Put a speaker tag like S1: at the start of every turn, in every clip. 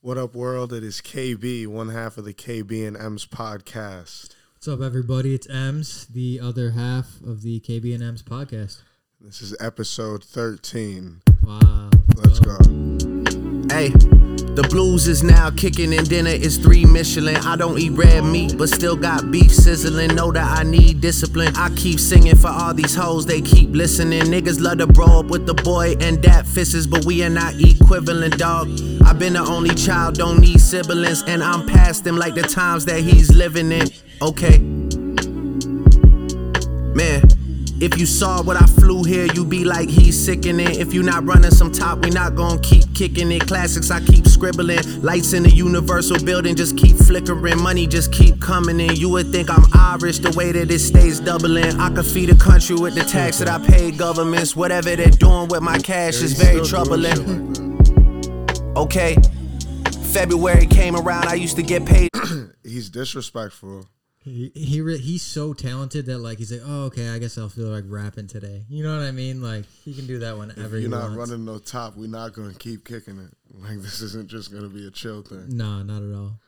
S1: What up, world? It is KB, one half of the KB and M's podcast.
S2: What's up, everybody? It's Ems, the other half of the KB and M's podcast.
S1: This is episode 13.
S2: Wow.
S1: Let's go.
S3: Hey, the blues is now kicking and dinner is three Michelin. I don't eat red meat, but still got beef sizzling. Know that I need discipline. I keep singing for all these hoes, they keep listening. Niggas love to bro up with the boy and that fists, but we are not equivalent, dog. I've been the only child, don't need siblings, and I'm past him like the times that he's living in. Okay. Man, if you saw what I flew here, you be like he's sickening. If you not running some top, we not gonna keep kicking it. Classics, I keep scribbling. Lights in the universal building just keep flickering. Money just keep coming in. You would think I'm Irish the way that it stays doubling. I could feed a country with the tax that I pay governments. Whatever they're doing with my cash is very
S1: Still doing shit
S3: troubling.
S1: like that.
S3: Okay. February came around, I used to get paid.
S1: He's disrespectful.
S2: He, he re- he's so talented that like he's like, oh okay, I guess I'll feel like rapping today. You know what I mean? Like he can do that whenever
S1: You're
S2: he
S1: not
S2: wants.
S1: running no top. We're not going to keep kicking it. Like, this isn't just going to be a chill thing.
S2: Nah, not at all.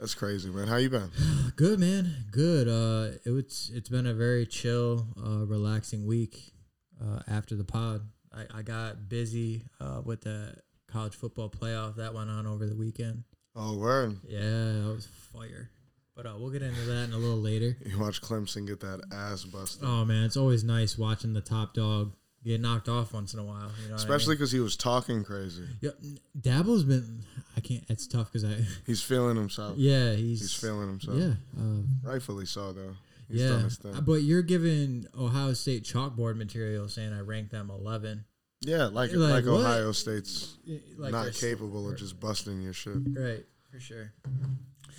S1: That's crazy, man. How you been?
S2: Good man, good. Uh, it was it's been a very chill, uh, relaxing week. Uh, after the pod, I, I got busy uh, with the college football playoff that went on over the weekend.
S1: Oh, word.
S2: Yeah, I was fire. But uh, we'll get into that in a little later.
S1: You watch Clemson get that ass busted.
S2: Oh man, it's always nice watching the top dog get knocked off once in a while. You know what I mean?
S1: Especially because he was talking crazy.
S2: Yep. Dabo's been. I can't. It's tough because I.
S1: He's feeling himself.
S2: Yeah, he's.
S1: He's feeling himself.
S2: Yeah. Uh,
S1: Rightfully so, though. He's done
S2: yeah. Uh,
S1: his thing.
S2: But you're giving Ohio State chalkboard material saying I ranked them 11.
S1: Yeah, like like,
S2: Like, what?
S1: Ohio State's
S2: Y- Like
S1: not
S2: they're s-
S1: capable of just busting your shit.
S2: Right. For sure.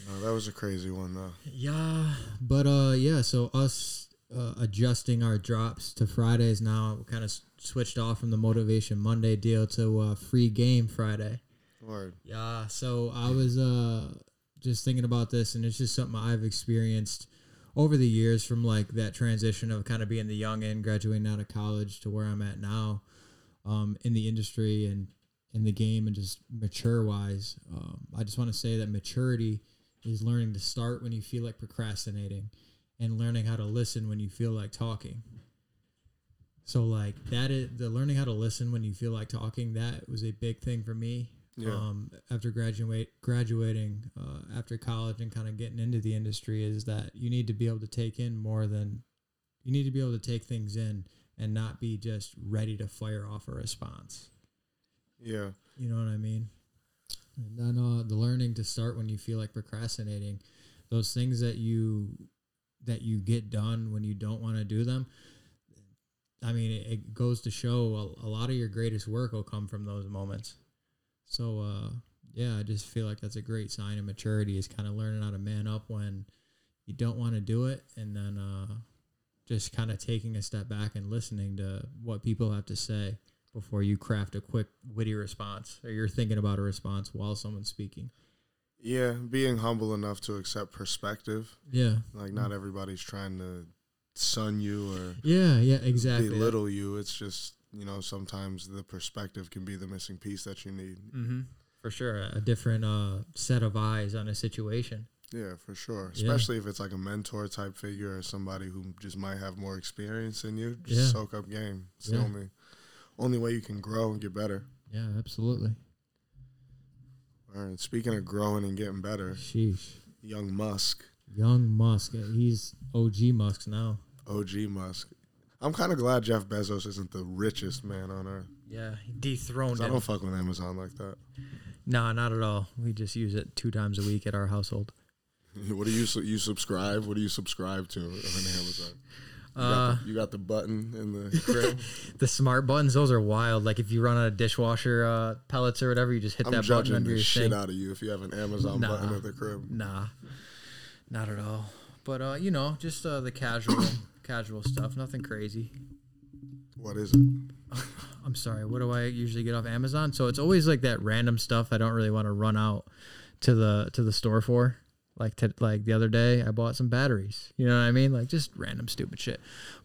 S1: No, that was a crazy one though.
S2: Yeah. But uh, yeah. So us uh, adjusting our drops to Fridays now. We kind of switched off from the motivation Monday deal to uh, free game Friday.
S1: Lord,
S2: Yeah, so I was uh just thinking about this and it's just something I've experienced over the years from like that transition of kind of being the young end, graduating out of college to where I'm at now um in the industry and in the game and just mature wise. Um, I just want to say that maturity is learning to start when you feel like procrastinating and learning how to listen when you feel like talking. So like that is the learning how to listen when you feel like talking. That was a big thing for me.
S1: Yeah.
S2: Um, after graduate graduating uh, after college and kind of getting into the industry is that you need to be able to take in more than you need to be able to take things in and not be just ready to fire off a response.
S1: yeah,
S2: You know what I mean? And then uh, the learning to start when you feel like procrastinating, those things that you that you get done when you don't want to do them. I mean, it, it goes to show a, a lot of your greatest work will come from those moments. So uh, yeah, I just feel like that's a great sign of maturity is kind of learning how to man up when you don't want to do it, and then uh, just kind of taking a step back and listening to what people have to say before you craft a quick witty response or you're thinking about a response while someone's speaking.
S1: yeah. Being humble enough to accept perspective.
S2: Yeah.
S1: Like
S2: Mm.
S1: not everybody's trying to sun you or
S2: Yeah, yeah, exactly.
S1: belittle you. It's just you know sometimes the perspective can be the missing piece that you need.
S2: Mm-hmm. For sure, a different uh, set of eyes on a situation.
S1: Yeah, for sure.
S2: Yeah.
S1: Especially if it's like a mentor type figure or somebody who just might have more experience than you. Just
S2: Yeah.
S1: soak up game. It's the
S2: Yeah.
S1: only only way you can grow and get better.
S2: Yeah, absolutely.
S1: All right. Speaking of growing and getting better,
S2: Sheesh.
S1: young Musk.
S2: Young Musk, uh, he's OG Musk now.
S1: OG Musk. I'm kind of glad Jeff Bezos isn't the richest man on earth.
S2: Yeah, he
S1: 'Cause
S2: dethroned
S1: I
S2: him.
S1: don't fuck with Amazon like that.
S2: nah, not at all. We just use it two times a week at our household.
S1: What do you su- you subscribe? What do you subscribe to on Amazon? You,
S2: Uh,
S1: got the, you got the button in the crib.
S2: the smart buttons, those are wild. Like if you run out of dishwasher uh, pellets or whatever, you just hit
S1: I'm
S2: that button
S1: judging
S2: under
S1: the
S2: your
S1: shit
S2: sink.
S1: out of you if you have an Amazon
S2: Nah.
S1: button at the crib.
S2: Nah, not at all. But uh, you know, just uh, the casual, casual stuff. Nothing crazy.
S1: What is it?
S2: I'm sorry. What do I usually get off Amazon? So it's always like that random stuff I don't really want to run out to the to the store for. Like to, like the other day, I bought some batteries. You know what I mean? Like just random stupid shit.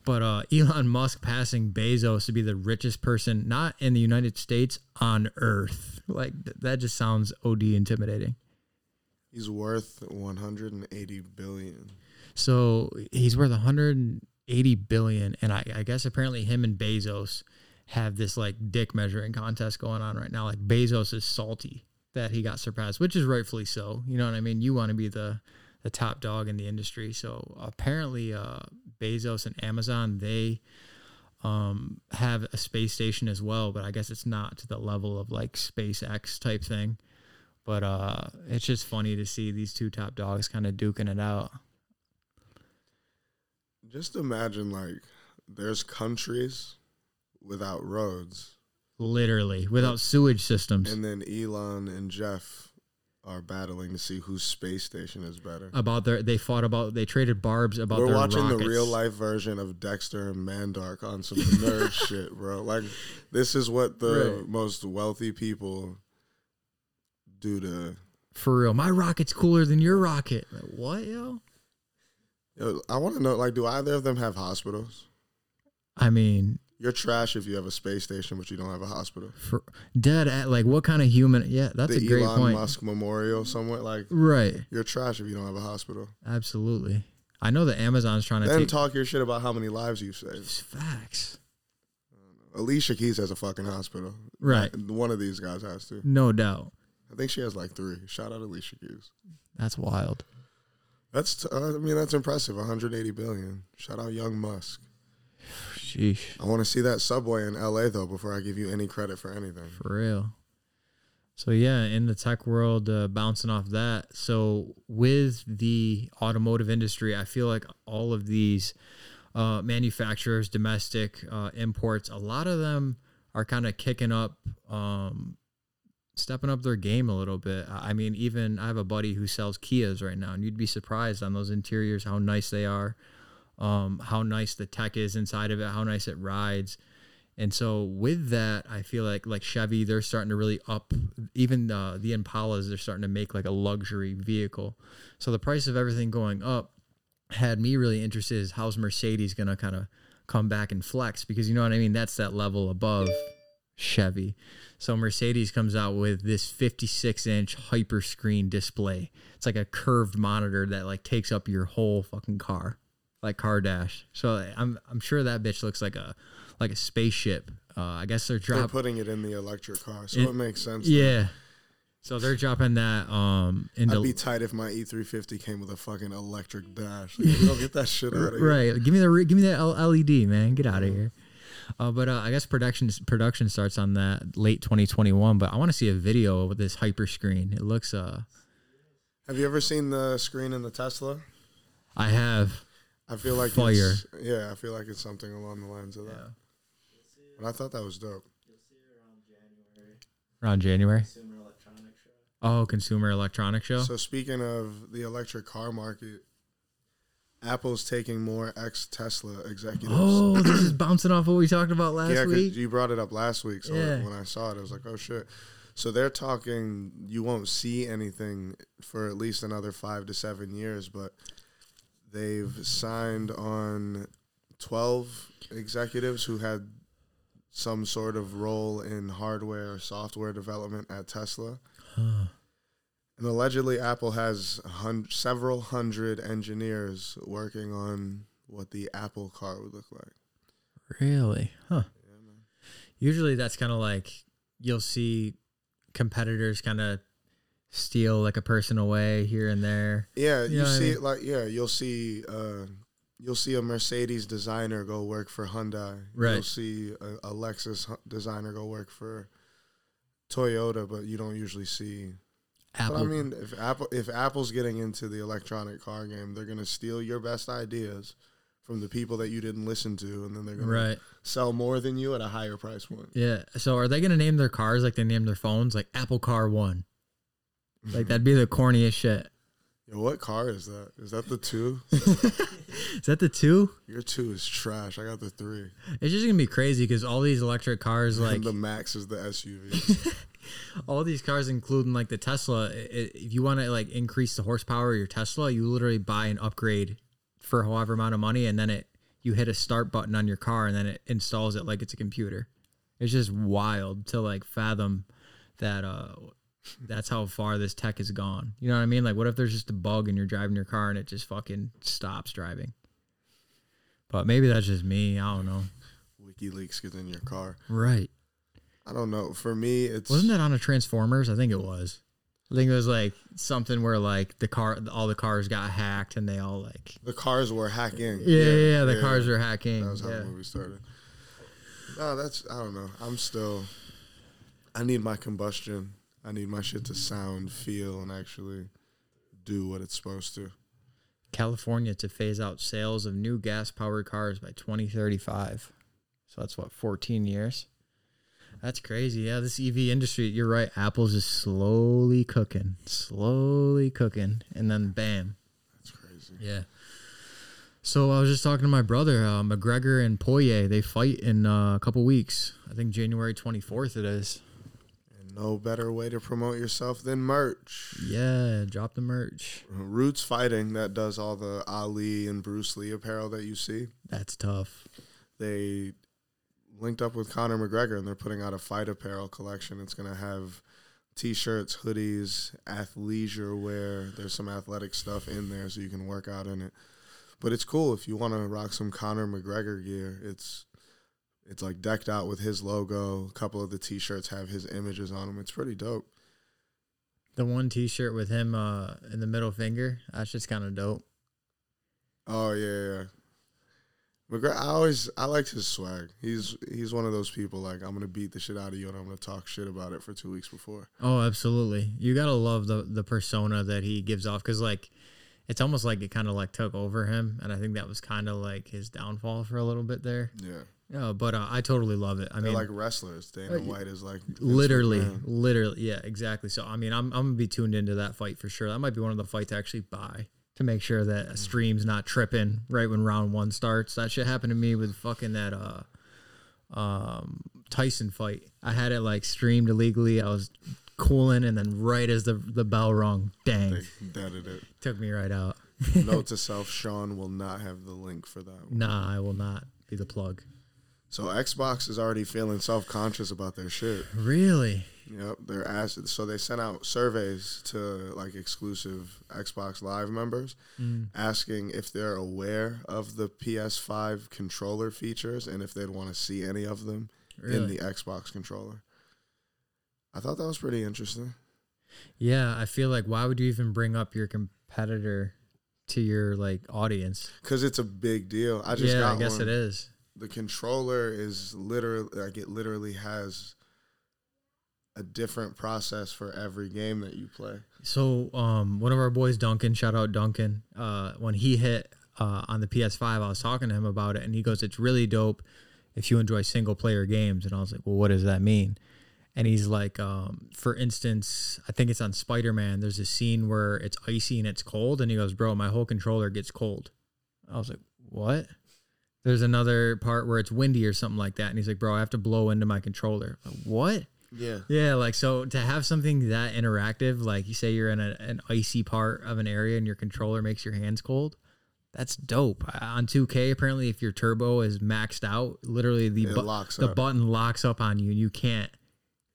S2: But uh, Elon Musk passing Bezos to be the richest person not in the United States on Earth. Like th- that just sounds od intimidating.
S1: He's worth 180 billion.
S2: So he's worth 180 billion, and I, I guess apparently him and Bezos have this like dick measuring contest going on right now. Like Bezos is salty that he got surpassed, which is rightfully so. You know what I mean? You want to be the the top dog in the industry. So apparently, uh, Bezos and Amazon they um, have a space station as well, but I guess it's not to the level of like SpaceX type thing. But uh, it's just funny to see these two top dogs kind of duking it out.
S1: Just imagine like there's countries without roads,
S2: literally without sewage systems
S1: and then Elon and Jeff are battling to see whose space station is better.
S2: about their they fought about they traded barbs about
S1: We're
S2: their
S1: watching
S2: rockets.
S1: the real life version of Dexter and Mandark on some nerd shit, bro. Like this is what the
S2: Right.
S1: most wealthy people do to.
S2: for real my rocket's cooler than your rocket like, what yo
S1: Yo, I want to know, like, do either of them have hospitals?
S2: i mean
S1: You're trash if you have a space station, but you don't have a hospital.
S2: for dead at like what kind of human yeah that's
S1: the
S2: a great
S1: Elon
S2: point
S1: Musk Memorial somewhere. Like,
S2: right
S1: you're trash if you don't have a hospital.
S2: absolutely i know that amazon's trying to
S1: Then
S2: take
S1: talk your shit about how many lives you've saved.
S2: facts
S1: Alicia Keys has a fucking hospital.
S2: Right.
S1: One of these guys has to.
S2: no doubt
S1: I think she has like three. Shout out Alicia Keys.
S2: that's wild
S1: That's t- uh, I mean that's impressive. 180 billion. Shout out Young Musk.
S2: sheesh
S1: I want to see that subway in LA though before I give you any credit for anything.
S2: For real. So yeah, in the tech world, uh, bouncing off that. So with the automotive industry, I feel like all of these uh, manufacturers, domestic uh, imports, a lot of them are kind of kicking up, um, stepping up their game a little bit. I I mean, even I have a buddy who sells Kias right now, and you'd be surprised on those interiors how nice they are, um, how nice the tech is inside of it, how nice it rides. And so with that, I feel like like Chevy, they're starting to really up even uh, the Impalas. They're starting to make like a luxury vehicle. So the price of everything going up had me really interested is how's Mercedes gonna kind of come back and flex because you know what I mean. That's that level above Chevy. So Mercedes comes out with this 56 inch hyper screen display. It's like a curved monitor that like takes up your whole fucking car, like car dash. So I'm I'm sure that bitch looks like a like a spaceship. Uh, I guess they're
S1: They're
S2: dropping.
S1: putting it in the electric car, so
S2: It-
S1: it, makes sense.
S2: Yeah. So they're dropping that um into
S1: I'd be tight if my E350 came with a fucking electric dash. Like, you don't get that shit out of here.
S2: right. Give me the re- give me that L- LED, man. Get out of here. Uh, but uh, I guess production production starts on that late 2021. But I want to see a video of this hyper screen. It looks uh,
S1: Have you ever seen the screen in the Tesla?
S2: I have
S1: I feel like
S2: Fire.
S1: it's- yeah, I feel like it's something along the lines of that. But I thought that was dope.
S2: around January. Oh, consumer electronics show.
S1: So speaking of the electric car market, Apple's taking more ex Tesla executives.
S2: oh, this is bouncing off what we talked about last
S1: yeah, 'cause
S2: week.
S1: you brought it up last week. So
S2: Yeah.
S1: when I saw it, I was like, oh shit. So they're talking, you won't see anything for at least another five to seven years, but they've signed on 12 executives who had some sort of role in hardware or software development at Tesla. And allegedly, Apple has hun- several hundred engineers working on what the Apple car would look like.
S2: Really? Huh. Usually that's kind of like you'll see competitors kind of steal like a person away here and there.
S1: Yeah, you,
S2: know what I
S1: see
S2: mean?
S1: it like yeah, you'll see uh you'll see a Mercedes designer go work for Hyundai. You'll
S2: Right.
S1: see a, a Lexus hu- designer go work for Toyota, but you don't usually see.
S2: Apple.
S1: But I mean, if Apple if Apple's getting into the electronic car game, they're going to steal your best ideas from the people that you didn't listen to and then they're going
S2: right.
S1: to sell more than you at a higher price point.
S2: Yeah. So are they gonna name their cars like they name their phones, like Apple Car One? Like that'd be the corniest shit.
S1: Yo, what car is that? Is that the 2?
S2: Is that the two?
S1: Your 2 is trash. I got the 3.
S2: It's just gonna be crazy because all these electric cars, like
S1: the Max is the SUV.
S2: all these cars, including like the Tesla, i- i- if you want to like increase the horsepower of your Tesla, you literally buy an upgrade for however amount of money, and then it you hit a start button on your car, and then it installs it like it's a computer. It's just wild to like fathom that uh that's how far this tech has gone. You know what I mean? Like, what if there's just a bug and you're driving your car and it just fucking stops driving? But maybe that's just me. I don't know.
S1: WikiLeaks is in your car.
S2: Right.
S1: I don't know. For me, it's
S2: Wasn't that on a Transformers? I think it was. I think it was like something where like the car, all the cars got hacked and they all like
S1: the cars were hacking.
S2: yeah, yeah, yeah, the cars are hacking.
S1: That was how
S2: yeah.
S1: the movie started. No, that's I don't know. I'm still. I need my combustion. I need my shit to sound, feel, and actually do what it's supposed to.
S2: California to phase out sales of new gas powered cars by 2035. So that's what 14 years. That's crazy. Yeah, this EV industry, you're right. Apple's just slowly cooking, slowly cooking, and then bam,
S1: That's crazy.
S2: yeah. So I was just talking to my brother, uh, McGregor and Poirier. They fight in uh, a couple weeks. I think January 24th it is.
S1: And no better way to promote yourself than merch.
S2: Yeah, drop the merch.
S1: Roots Fighting that does all the Ali and Bruce Lee apparel that you see.
S2: That's tough.
S1: They linked up with Conor McGregor and they're putting out a fight apparel collection. It's going to have t-shirts, hoodies, athleisure wear. There's some athletic stuff in there so you can work out in it. But it's cool if you want to rock some Conor McGregor gear. It's it's like decked out with his logo. A couple of the t-shirts have his images on them. It's pretty dope.
S2: The one T-shirt with him uh, in the middle finger. That's just kind of dope.
S1: Oh yeah, yeah. McGregor, I always I liked his swag. He's he's one of those people like I'm gonna beat the shit out of you and I'm gonna talk shit about it for two weeks before.
S2: Oh, absolutely. You gotta love the the persona that he gives off because like it's almost like it kind of like took over him, and I think that was kind of like his downfall for a little bit there.
S1: Yeah,
S2: Yeah, but uh, I totally love it. I
S1: they're
S2: mean,
S1: like wrestlers. Dana White is like Vince
S2: literally,
S1: McMahon.
S2: literally, yeah, exactly. So I mean, I'm I'm gonna be tuned into that fight for sure. That might be one of the fights I actually buy to make sure that a stream's not tripping right when round one starts. That shit happened to me with fucking that uh um Tyson fight. I had it like streamed illegally. I was cooling, and then right as the the bell rung, dang,
S1: They deaded it.
S2: took me right out.
S1: Note to self: Sean will not have the link for that. One.
S2: Nah, I will not be the plug.
S1: So Xbox is already feeling self conscious about their shit.
S2: Really?
S1: Yep, they're asked. So they sent out surveys to like exclusive Xbox Live members,
S2: Mm.
S1: asking if they're aware of the PS5 controller features and if they'd want to see any of them in
S2: Really?
S1: the Xbox controller. I thought that was pretty interesting.
S2: Yeah, I feel like why would you even bring up your competitor to your like audience?
S1: Cause it's a big deal. I just
S2: Yeah,
S1: got
S2: I guess
S1: one.
S2: it is.
S1: the controller is literally like it literally has a different process for every game that you play.
S2: So, um, one of our boys, Duncan, shout out Duncan. Uh, when he hit uh, on the PS5, I was talking to him about it, and he goes, "It's really dope if you enjoy single player games." And I was like, "Well, what does that mean?" And he's like, um, "For instance, I think it's on Spider Man. There's a scene where it's icy and it's cold, and he goes, "Bro, my whole controller gets cold." I was like, "What?" There's another part where it's windy or something like that, and he's like, "Bro, I have to blow into my controller." I'm like, what?
S1: Yeah.
S2: Yeah, like so to have something that interactive, like you say you're in a, an icy part of an area and your controller makes your hands cold, that's dope. Uh, On 2K, apparently, if your turbo is maxed out, literally the
S1: It
S2: bu-
S1: locks
S2: the
S1: up.
S2: button locks up on you and you can't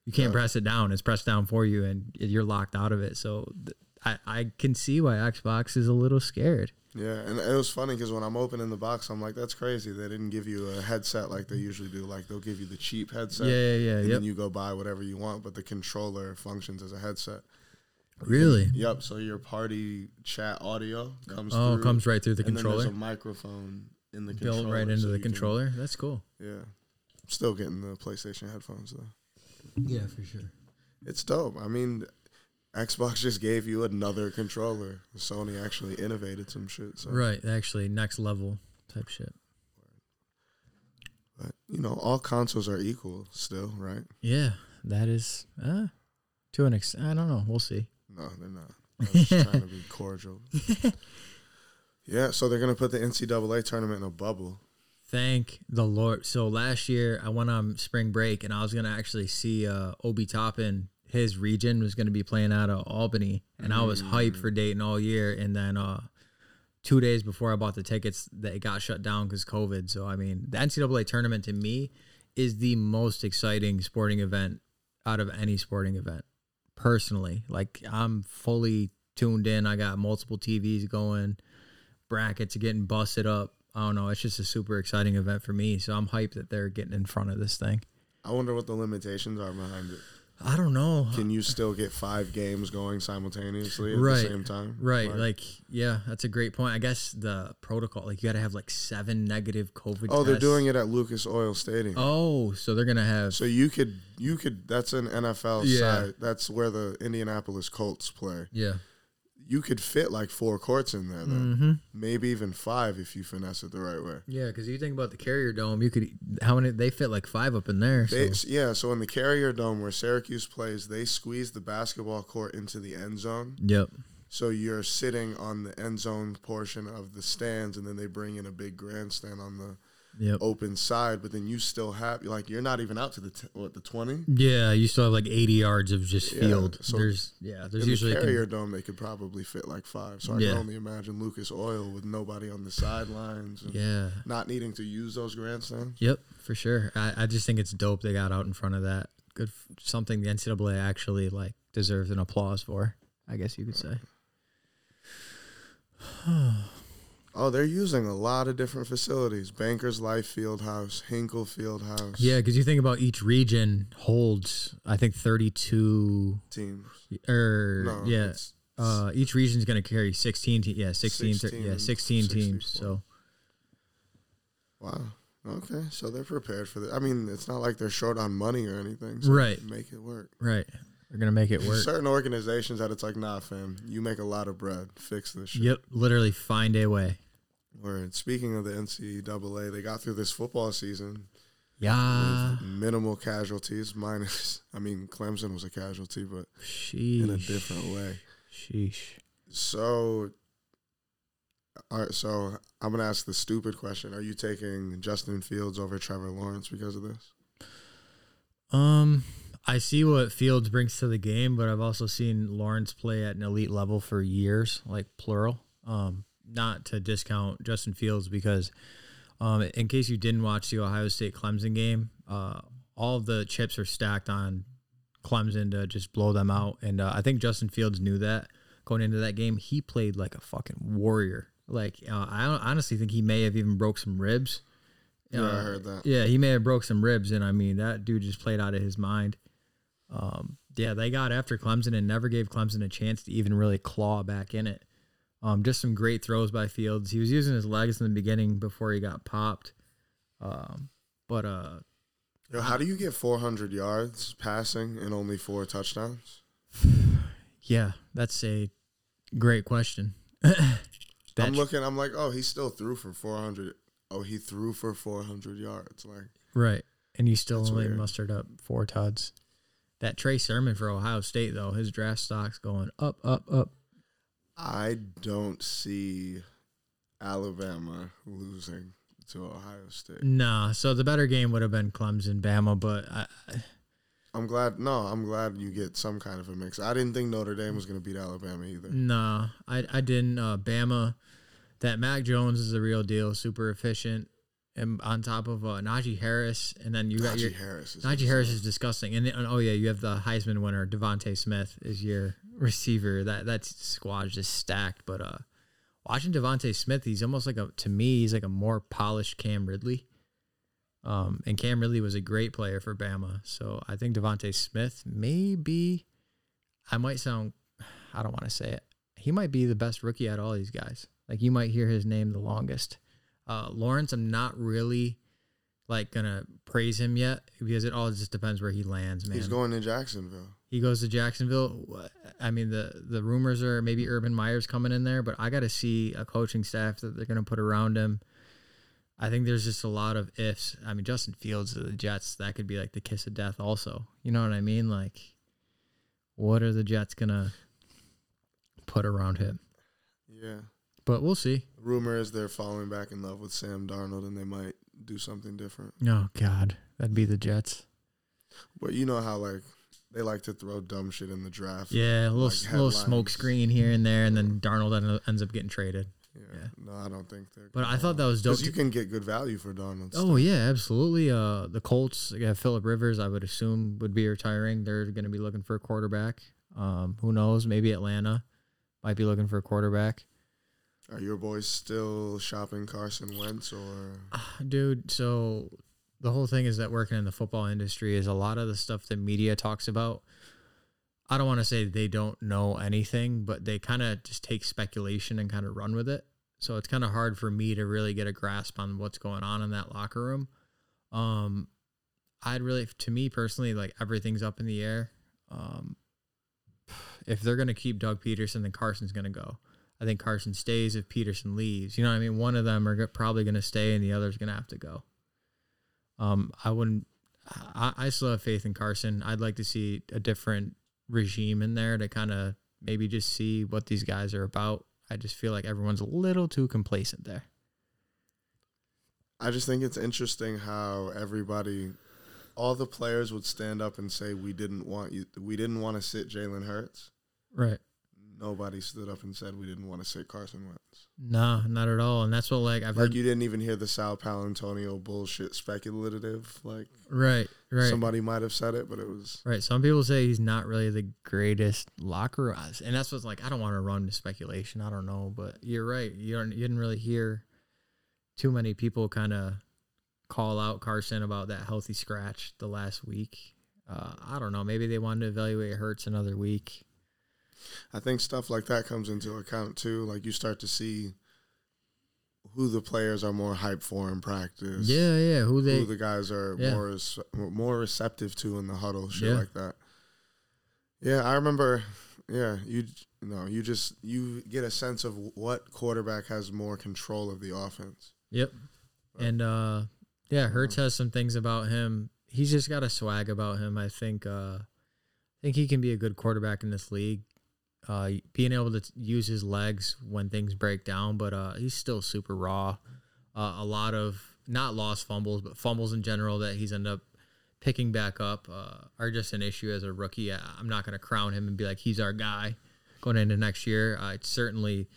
S2: you can't
S1: Yeah.
S2: press it down. It's pressed down for you and you're locked out of it. So th- I I can see why Xbox is a little scared.
S1: Yeah, and it was funny because when I'm opening the box, I'm like, "That's crazy! They didn't give you a headset like they usually do. Like they'll give you the cheap headset,
S2: Yeah, yeah, yeah,
S1: and
S2: yep.
S1: then you go buy whatever you want, but the controller functions as a headset.
S2: Really?
S1: Yep. So your party chat audio comes.
S2: Oh,
S1: through,
S2: comes right through the
S1: and
S2: controller.
S1: Then there's a microphone in the
S2: Built
S1: controller,
S2: right into
S1: so
S2: the
S1: you can-
S2: controller. That's cool.
S1: yeah, I'm still getting the PlayStation headphones though.
S2: Yeah, for sure.
S1: It's dope. I mean, Xbox just gave you another controller. Sony actually innovated some shit. So.
S2: Right, actually, next level type shit.
S1: But, you know, all consoles are equal still, right?
S2: Yeah, that is uh, to an extent. I don't know. We'll see.
S1: No, they're not. I was just trying to be cordial. yeah, so they're gonna put the NCAA tournament in a bubble.
S2: Thank the Lord. So last year I went on spring break and I was gonna actually see uh, Obi Toppin his region was going to be playing out of Albany, and I was hyped for Dayton all year. And then uh, two days before I bought the tickets, that it got shut down because COVID. So I mean, the NCAA tournament to me is the most exciting sporting event out of any sporting event. Personally, like I'm fully tuned in. I got multiple TVs going, brackets are getting busted up. I don't know. It's just a super exciting event for me. So I'm hyped that they're getting in front of this thing.
S1: I wonder what the limitations are behind it.
S2: I don't know.
S1: Can you still get five games going simultaneously at
S2: Right.
S1: the same time?
S2: Right. Like, yeah, that's a great point. I guess the protocol, like, you got to have like seven negative COVID
S1: oh, they're
S2: tests.
S1: doing it at Lucas Oil Stadium.
S2: Oh, so they're going to have.
S1: So you could you could that's an NFL
S2: Yeah.
S1: side. That's where the Indianapolis Colts play.
S2: yeah.
S1: You could fit like four courts in there, though.
S2: Mm-hmm.
S1: Maybe even five if you finesse it the right way.
S2: Yeah. Cause you think about the carrier dome, you could, how many, they fit like five up in there. So.
S1: They, yeah, so in the Carrier Dome where Syracuse plays, they squeeze the basketball court into the end zone.
S2: yep.
S1: So you're sitting on the end zone portion of the stands, and then they bring in a big grandstand on the
S2: Yep.
S1: open side. But then you still have like you're not even out to the t- what the twenty.
S2: Yeah. You still have like 80 yards of just field.
S1: so-
S2: there's, yeah, there's
S1: In
S2: usually.
S1: the
S2: a con-
S1: Carrier Dome, they could probably fit like five. So I
S2: Yeah.
S1: can only imagine Lucas Oil with nobody on the sidelines, and
S2: yeah.
S1: not needing to use those grandstands.
S2: Yep, for sure. I, I just think it's dope they got out in front of that. Good, f- something the NCAA actually like deserves an applause for. I guess you could say.
S1: Oh, they're using a lot of different facilities: Bankers Life Field House, Hinkle Field House.
S2: Yeah, because you think about each region holds, I think thirty-two
S1: teams.
S2: or
S1: No,
S2: yeah,
S1: it's-
S2: uh, each region's going to carry sixteen. Te- yeah, 16, thir-
S1: 16,
S2: yeah, sixteen teams.
S1: 64.
S2: So
S1: Wow. Okay, so they're prepared for that. I mean, it's not like they're short on money or anything. So
S2: right,
S1: Make it work.
S2: right, they're going to make it work.
S1: Certain organizations that it's like, nah, fam, you make a lot of bread. Fix this shit.
S2: Yep, literally find a way.
S1: Word. Speaking of the NCAA, they got through this football season
S2: Yeah,
S1: with minimal casualties. Minus, I mean, Clemson was a casualty, but
S2: sheesh,
S1: in a different way.
S2: sheesh.
S1: So, all right. So I'm gonna ask the stupid question: Are you taking Justin Fields over Trevor Lawrence because of this?
S2: Um, I see what Fields brings to the game, but I've also seen Lawrence play at an elite level for years, like plural. Um, not to discount Justin Fields because, um, in case you didn't watch the Ohio State Clemson game, uh, all of the chips are stacked on Clemson to just blow them out, and uh, I think Justin Fields knew that going into that game. He played like a fucking warrior. Like uh, I hon- honestly think he may have even broke some ribs.
S1: Yeah, I
S2: Uh,
S1: heard that.
S2: yeah, he may have broke some ribs, and I mean that dude just played out of his mind. Um, yeah, they got after Clemson and never gave Clemson a chance to even really claw back in it. Um, just some great throws by Fields. He was using his legs in the beginning before he got popped. Um, but uh,
S1: Yo, how do you get 400 yards passing and only four touchdowns?
S2: yeah, that's a great question.
S1: I'm
S2: That's-
S1: looking. I'm like, oh, he still threw for 400. Oh, he threw for 400 yards. Like,
S2: Right. And you still
S1: That's
S2: only
S1: weird.
S2: mustered up four tuds. That Trey Sermon for Ohio State, though, his draft stock's going up, up, up.
S1: I don't see Alabama losing to Ohio State.
S2: Nah. So the better game would have been Clemson, Bama, but I,
S1: I'm glad. No, I'm glad you get some kind of a mix. I didn't think Notre Dame was going to beat Alabama either.
S2: nah, I, I didn't. Uh, Bama, that Mac Jones is the real deal, super efficient. And on top of uh, Najee Harris, and then you got
S1: Najee
S2: your
S1: Harris. Is
S2: Najee Harris is disgusting, and, then- and oh yeah, you have the Heisman winner Devonte Smith is your receiver. That that squad is just stacked. But uh, watching Devonte Smith, he's almost like a to me, he's like a more polished Cam Ridley. Um, and Cam Ridley was a great player for Bama, so I think Devonte Smith maybe I might sound I don't want to say it. He might be the best rookie out of all these guys. Like you might hear his name the longest. Uh, Lawrence, I'm not really like gonna praise him yet because it all just depends where he lands, man.
S1: He's going to Jacksonville.
S2: he goes to Jacksonville. Wha- I mean, the the rumors are maybe Urban Meyer's coming in there, but I got to see a coaching staff that they're gonna put around him. I think there's just a lot of ifs. I mean, Justin Fields to the Jets that could be like the kiss of death, also. You know what I mean? Like, what are the Jets gonna put around him?
S1: Yeah.
S2: But we'll see.
S1: Rumor is they're falling back in love with Sam Darnold and they might do something different.
S2: Oh God, that'd be the Jets.
S1: But you know how like they like to throw dumb shit in the draft.
S2: Yeah, a little
S1: Like
S2: s little smoke
S1: headlines.
S2: screen here and there, and then Darnold en- ends up getting traded.
S1: Yeah.
S2: Yeah.
S1: No, I don't think they're.
S2: But I thought that was dope.
S1: Because you can get good value for Donald.
S2: Oh yeah, absolutely. Uh, the Colts yeah, Philip Rivers, I would assume, would be retiring. They're going to be looking for a quarterback. Um, who knows? Maybe Atlanta might be looking for a quarterback.
S1: Are your boys still shopping Carson Wentz or
S2: Ah, Dude, so the whole thing is that working in the football industry is a lot of the stuff that media talks about. I don't want to say they don't know anything, but they kind of just take speculation and kind of run with it. So it's kind of hard for me to really get a grasp on what's going on in that locker room. Um, I'd really, to me personally, like everything's up in the air. Um, if they're going to keep Doug Peterson, then Carson's going to go. I think Carson stays if Peterson leaves. You know what I mean? One of them are go- probably going to stay and the other's going to have to go. Um, I wouldn't, I, I still have faith in Carson. I'd like to see a different regime in there to kind of maybe just see what these guys are about. I just feel like everyone's a little too complacent there.
S1: I just think it's interesting how everybody, all the players would stand up and say, "We didn't want you. We didn't want to sit Jalen Hurts."
S2: Right.
S1: Nobody stood up and said, "We didn't want to sit Carson Wentz."
S2: No, not at all. And that's what, like, I've
S1: Like
S2: heard.
S1: you didn't even hear the Sal Palantonio bullshit speculative. Like
S2: right, right.
S1: somebody might have said it, but it was
S2: Right. Some people say he's not really the greatest locker room, and that's what's like. I don't want to run to speculation. I don't know, but you're right. You don't. You didn't really hear too many people kind of call out Carson about that healthy scratch the last week. Uh, I don't know. Maybe they wanted to evaluate Hurts another week.
S1: I think stuff like that comes into account too. Like you start to see who the players are more hyped for in practice.
S2: Yeah, yeah. Who they?
S1: who the guys are
S2: Yeah.
S1: more res- more receptive to in the huddle, shit
S2: Yeah.
S1: like that. Yeah, I remember. Yeah, you no, you just you get a sense of what quarterback has more control of the offense.
S2: Yep. And uh yeah, Hertz has some things about him. He's just got a swag about him. I think uh I think he can be a good quarterback in this league. Uh being able to t- use his legs when things break down, but uh he's still super raw. Uh, a lot of not lost fumbles, but fumbles in general that he's ended up picking back up uh, are just an issue as a rookie. I, I'm not going to crown him and be like he's our guy going into next year. I certainly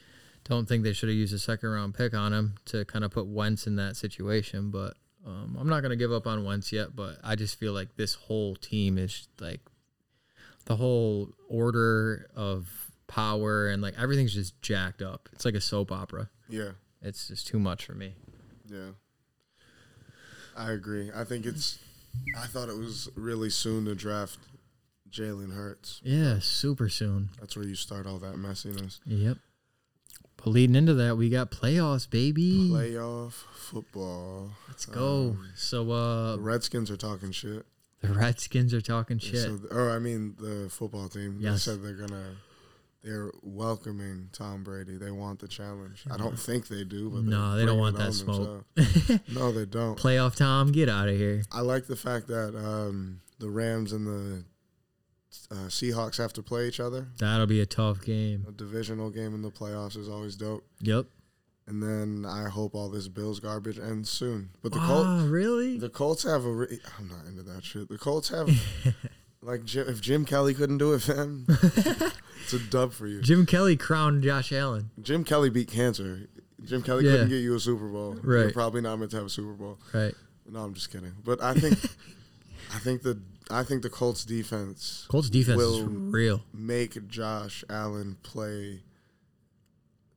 S2: don't think they should have used a second round pick on him to kind of put Wentz in that situation. But um, I'm not going to give up on Wentz yet. But I just feel like this whole team is like the whole order of power and like everything's just jacked up. It's like a soap opera.
S1: Yeah,
S2: It's just too much for me.
S1: yeah, I agree. I think it's. I thought it was really soon to draft Jalen Hurts.
S2: Yeah, super soon.
S1: That's where you start all that messiness.
S2: Yep. But leading into that, we got playoffs, baby.
S1: Playoff football.
S2: Let's go. So uh
S1: The Redskins are talking shit.
S2: the Redskins are talking shit.
S1: So, or I mean, the football team.
S2: Yes.
S1: They said they're gonna, they're welcoming Tom Brady. They want the challenge. I don't think they do, but
S2: No, they don't
S1: bringing
S2: want
S1: it
S2: that
S1: on
S2: smoke.
S1: themselves. no, they don't.
S2: Playoff Tom, get out of here.
S1: I like the fact that um, the Rams and the uh, Seahawks have to play each other.
S2: That'll be a tough game.
S1: A divisional game in the playoffs is always dope.
S2: Yep.
S1: And then I hope all this Bills garbage ends soon. But the Colts,
S2: Wow, Ah, really?
S1: The Colts have a. Re- I'm not into that shit. The Colts have, like, Jim, if Jim Kelly couldn't do it for them, it's a dub for you.
S2: Jim Kelly crowned Josh Allen.
S1: Jim Kelly beat cancer. Jim Kelly
S2: Yeah.
S1: couldn't get you a Super Bowl. You're
S2: Right.
S1: probably not meant to have a Super Bowl.
S2: Right.
S1: No, I'm just kidding. But I think, I think the I think the Colts defense
S2: Colts defense is
S1: Will-
S2: real.
S1: make Josh Allen play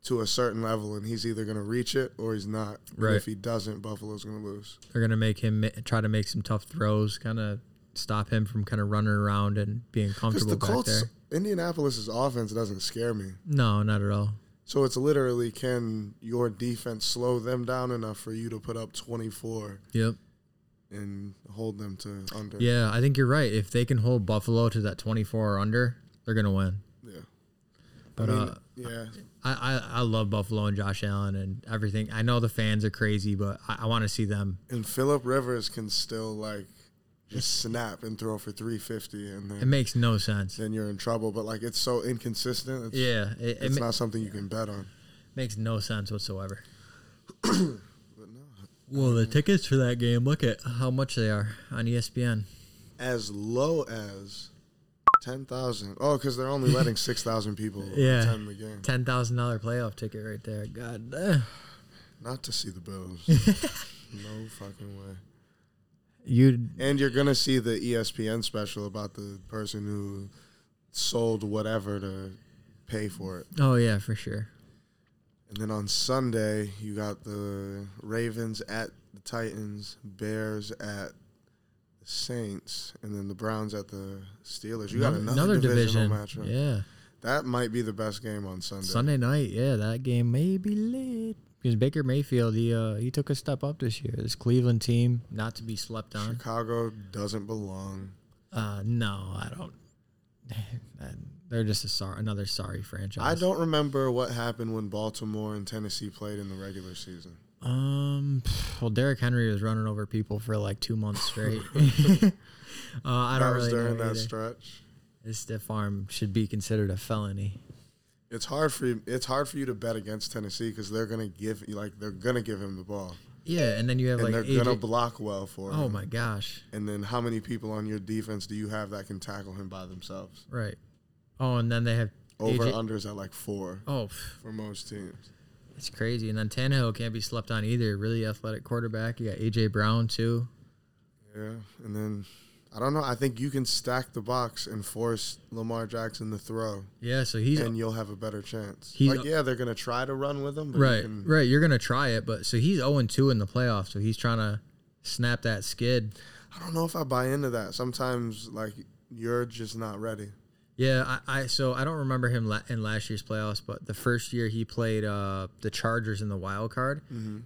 S1: to a certain level, and he's either gonna reach it or he's not. And
S2: Right.
S1: if he doesn't, Buffalo's gonna lose.
S2: They're gonna make him ma- try to make some tough throws, kind of stop him from kind of running around and being
S1: Because
S2: comfortable
S1: the
S2: back
S1: Colts,
S2: there.
S1: Indianapolis's offense doesn't scare me.
S2: No, not at all.
S1: So it's literally can your defense slow them down enough for you to put up 24
S2: Yep.
S1: and hold them to under?
S2: Yeah, I think you're right. If they can hold Buffalo to that 24 or under, they're gonna win.
S1: Yeah.
S2: But
S1: I mean,
S2: uh,
S1: yeah.
S2: I, I I love Buffalo and Josh Allen and everything. I know the fans are crazy, but I, I want to see them.
S1: And Philip Rivers can still like just snap and throw for 350 and
S2: It
S1: then,
S2: makes no sense.
S1: then you're in trouble. But like it's so inconsistent. It's,
S2: Yeah, it, it
S1: It's
S2: ma-
S1: not something you can bet on.
S2: makes no sense whatsoever. Well, the tickets for E that game, look at how much they are on ESPN.
S1: As low as Ten thousand. Oh, because they're only letting six thousand people
S2: Yeah.
S1: attend the game.
S2: Ten thousand dollar playoff ticket right there. God damn.
S1: Not to see the Bills. no fucking way.
S2: You
S1: And you're gonna see the E ESPN special about the person who sold whatever to pay for it.
S2: oh yeah for sure.
S1: And then on Sunday, you got the Ravens at the Titans, Bears at the Saints, and then the Browns at the Steelers. You got another, divisional matchup.
S2: Yeah,
S1: That might be the best game on Sunday.
S2: Sunday night. Yeah, that game may be lit because Baker Mayfield he uh he took a step up this year. This Cleveland team not to be slept on.
S1: Chicago doesn't belong.
S2: Uh, no, I don't. They're just a sorry, another sorry franchise.
S1: I don't remember what happened when Baltimore and Tennessee played in the regular season.
S2: Um, well, Derrick Henry was running over people for like two months straight. uh, I
S1: that
S2: don't
S1: was
S2: really
S1: during
S2: know
S1: that
S2: either.
S1: stretch.
S2: His stiff arm should be considered a felony.
S1: It's hard for you, it's hard for you to bet against Tennessee because they're gonna give you like they're gonna give him the ball
S2: Yeah, and then you have
S1: and
S2: like
S1: they're
S2: AJ
S1: gonna block well for him.
S2: oh my gosh,
S1: And then how many people on your defense do you have that can tackle him by themselves?
S2: right? Oh, and then they have
S1: Over
S2: AJ
S1: unders at like four
S2: oh, pff,
S1: for most teams.
S2: it's crazy. And then Tannehill can't be slept on either. Really athletic quarterback. You got AJ Brown too.
S1: Yeah, and then I don't know. I think you can stack the box and force Lamar Jackson to throw,
S2: Yeah, so he's
S1: and you'll have a better chance.
S2: He's-
S1: like yeah, they're gonna try to run with him, but you
S2: right,
S1: can-
S2: right. You're gonna try it, but so he's 0 2 in the playoffs. So he's trying to snap that skid.
S1: I don't know if I buy into that. Sometimes like you're just not ready.
S2: Yeah, I, I so I don't remember him la- in last year's playoffs, but the first year he played uh, the Chargers in the wild card,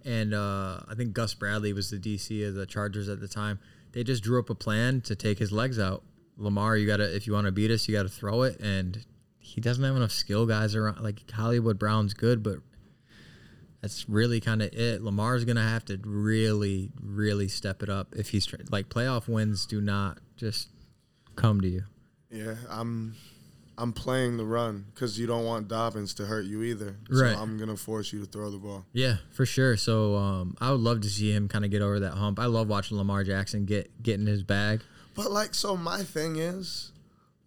S2: and uh, I think Gus Bradley was the DC of the Chargers at the time. They just drew up a plan to take his legs out. Lamar, you gotta if you want to beat us, you gotta throw it, and he doesn't have enough skill guys around. Like Hollywood Brown's good, but that's really kind of it. Lamar's gonna have to really, really step it up if he's tr- like playoff wins do not just come to you.
S1: Yeah, I'm I'm playing the run because you don't want Dobbins to hurt you either. So
S2: Right.
S1: I'm gonna force you to throw the ball.
S2: Yeah, for sure. So um, I would love to see him kind of get over that hump. I love watching Lamar Jackson get get in his bag.
S1: But like, so my thing is,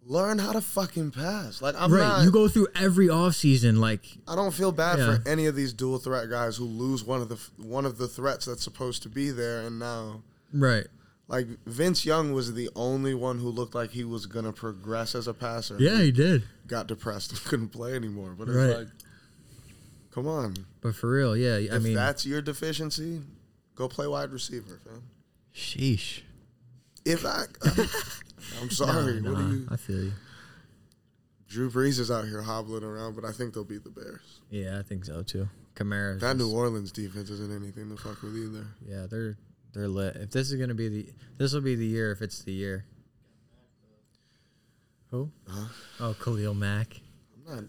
S1: learn how to fucking pass. Like I'm
S2: right,
S1: not.
S2: you go through every offseason like
S1: I don't feel bad
S2: Yeah.
S1: for any of these dual threat guys who lose one of the f- one of the threats that's supposed to be there, and now
S2: right.
S1: like Vince Young was the only one who looked like he was gonna progress as a passer.
S2: Yeah,
S1: He
S2: he did.
S1: got depressed and couldn't play anymore. But it's
S2: Right.
S1: like, come on,
S2: But for real, yeah. I
S1: if
S2: mean,
S1: that's your deficiency, go play wide receiver, fam.
S2: sheesh.
S1: If I, I'm sorry. What
S2: Nah,
S1: do you?
S2: I feel you.
S1: Drew Brees is out here hobbling around, but I think they'll beat the Bears.
S2: Yeah, I think so too. Kamara.
S1: That New Orleans defense isn't anything to fuck with either.
S2: Yeah, they're they're lit. If this is gonna be the this will be the year if it's the year. Who? Oh, Khalil Mack.
S1: Not-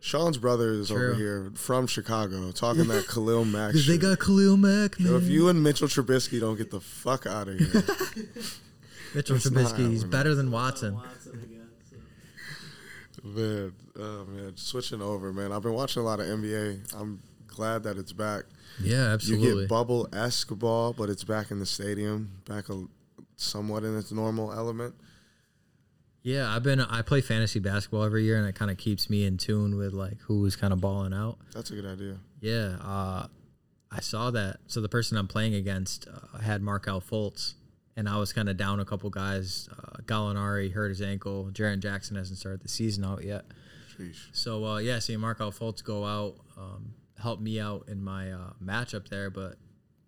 S1: Sean's brother is over
S2: True.
S1: here from Chicago talking that Khalil Mack
S2: Because
S1: shit.
S2: they got Khalil Mack, man.
S1: Yo, if you and Mitchell Trubisky don't get the fuck out of here,
S2: Mitchell
S1: It's not
S2: Trubisky, he's
S1: happening.
S2: better than Watson.
S1: man, oh, man, switching over, man. I've been watching a lot of NBA. I'm glad that it's back.
S2: Yeah, absolutely.
S1: You get bubble esque ball, but it's back in the stadium, back a, somewhat in its normal element.
S2: Yeah, I've been I play fantasy basketball every year, and it kind of keeps me in tune with like who's kind of balling out.
S1: That's a good idea.
S2: Yeah, uh, I saw that. So the person I'm playing against uh, had Markel Fultz, and I was kind of down a couple guys. Uh, Gallinari hurt his ankle. Jaron Jackson hasn't started the season out yet.
S1: Sheesh.
S2: So uh, yeah, seeing Markel Fultz go out um, helped me out in my uh, matchup there, but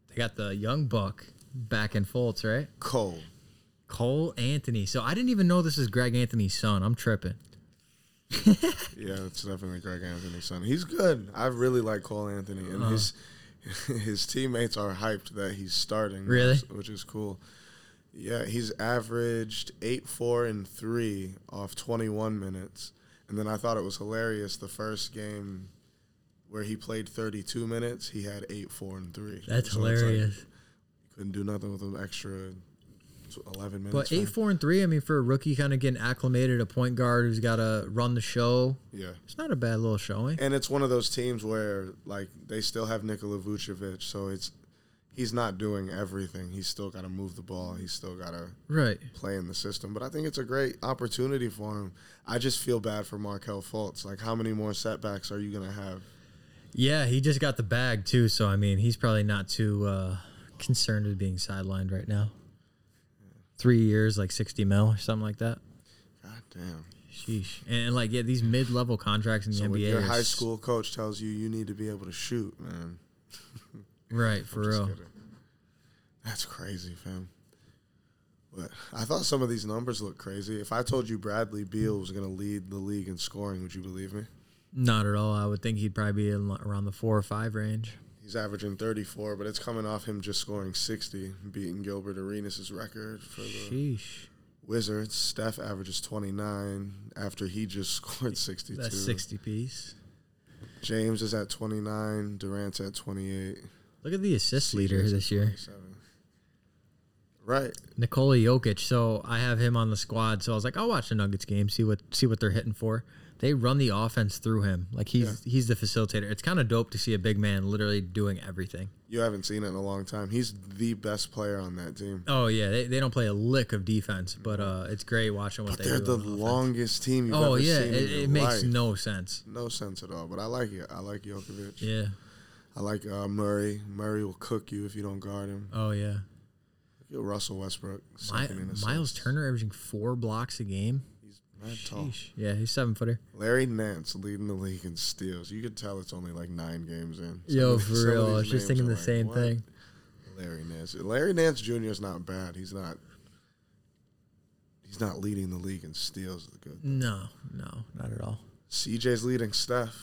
S2: they got the young buck back in Fultz, right?
S1: Cole.
S2: Cole Anthony. So I didn't even know this is Greg Anthony's son. I'm tripping.
S1: Yeah, it's definitely Greg Anthony's son. He's good. I really like Cole Anthony, and
S2: Uh-huh.
S1: his his teammates are hyped that he's starting.
S2: Really?
S1: which- which is cool. Yeah, he's averaged eight, four, and three off twenty-one minutes, and then I thought it was hilarious the first game where he played thirty-two minutes. He had eight, four, and three.
S2: That's
S1: So it's like,
S2: hilarious.
S1: couldn't do nothing with an extra tw- eleven minutes.
S2: But eight,
S1: man.
S2: four, and three. I mean, for a rookie, kind of getting acclimated, a point guard who's got to run the show.
S1: yeah.
S2: It's not a bad little showing.
S1: And it's one of those teams where like they still have Nikola Vucevic, so it's he's not doing everything. He's still got to move the ball. He's still got to
S2: Right.
S1: play in the system. But I think it's a great opportunity for him. I just feel bad for Markel Fultz. Like, how many more setbacks are you going to have?
S2: Yeah, he just got the bag too, so I mean, he's probably not too uh, concerned with being sidelined right now. Three years, like sixty mil or something like that.
S1: God damn.
S2: Sheesh. And, and, like, yeah, these mid-level contracts in the
S1: So when
S2: NBA.
S1: your
S2: are
S1: high
S2: s-
S1: school coach tells you you need to be able to shoot, man.
S2: right? For
S1: Just
S2: real.
S1: kidding. That's crazy, fam. But I thought some of these numbers looked crazy. If I told you Bradley Beal was going to lead the league in scoring, would you believe me?
S2: Not at all. I would think he'd probably be in, li- around the four or five range.
S1: He's averaging 34, but it's coming off him just scoring 60, beating Gilbert Arenas' record for the
S2: Sheesh.
S1: Wizards. Steph averages 29 after he just scored 62.
S2: That's sixty piece.
S1: James is at 29. Durant's at 28.
S2: Look at the assist leader
S1: CJ's at
S2: this year,
S1: 27. Right.
S2: Nikola Jokic. So I have him on the squad. So I was like, I'll watch the Nuggets game, see what see what they're hitting for. They run the offense through him. Like he's he's the facilitator. It's kind of dope to see a big man literally doing everything.
S1: You haven't seen it in a long time. He's the best player on that team.
S2: Oh yeah, they, they don't play a lick of defense, but uh, it's great watching what
S1: But
S2: they
S1: they're
S2: do.
S1: the
S2: on offense.
S1: longest team you've
S2: Oh
S1: ever
S2: yeah,
S1: seen.
S2: it,
S1: in your
S2: it makes
S1: life.
S2: no sense.
S1: no sense at all. But I like it. I like Jokovic.
S2: Yeah.
S1: I like uh, Murray. Murray will cook you if you don't guard him.
S2: Oh yeah.
S1: Yo, Russell Westbrook.
S2: My,
S1: second in assists.
S2: Miles Turner averaging four blocks a game.
S1: He's mad tall.
S2: Sheesh. Yeah, he's seven footer.
S1: Larry Nance leading the league in steals. You could tell it's only like nine games in. Some
S2: Yo,
S1: of-
S2: for
S1: some of
S2: real. I
S1: these
S2: was just
S1: names
S2: thinking
S1: are
S2: the
S1: like,
S2: same
S1: what?
S2: thing.
S1: Larry Nance. Larry Nance Jr. is not bad. He's not. He's not leading the league in steals. Good.
S2: No, no, not at all.
S1: CJ's leading Steph.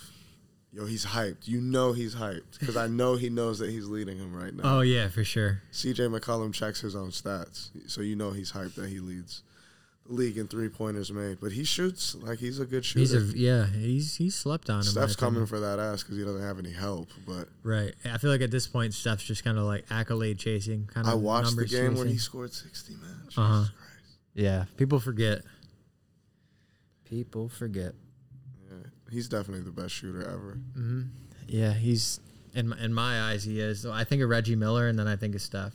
S1: Yo, he's hyped. You know he's hyped because I know he knows that he's leading him right now.
S2: Oh yeah, for sure.
S1: CJ McCollum checks his own stats, so you know he's hyped that he leads the league in three pointers made. But he shoots like he's a good shooter.
S2: He's a yeah. He's he's slept on. in my
S1: Steph's coming
S2: opinion.
S1: for that ass because he doesn't have any help. But
S2: right. I feel like at this point, Steph's just kind of like accolade chasing. Kind of.
S1: I watched the
S2: numbers
S1: game where he
S2: chasing.
S1: scored sixty. Man, Jesus
S2: Uh-huh.
S1: Christ!
S2: Yeah, people forget. People forget.
S1: Yeah, he's definitely the best shooter ever.
S2: Yeah, he's in my, in my eyes he is. So I think of Reggie Miller, and then I think of Steph.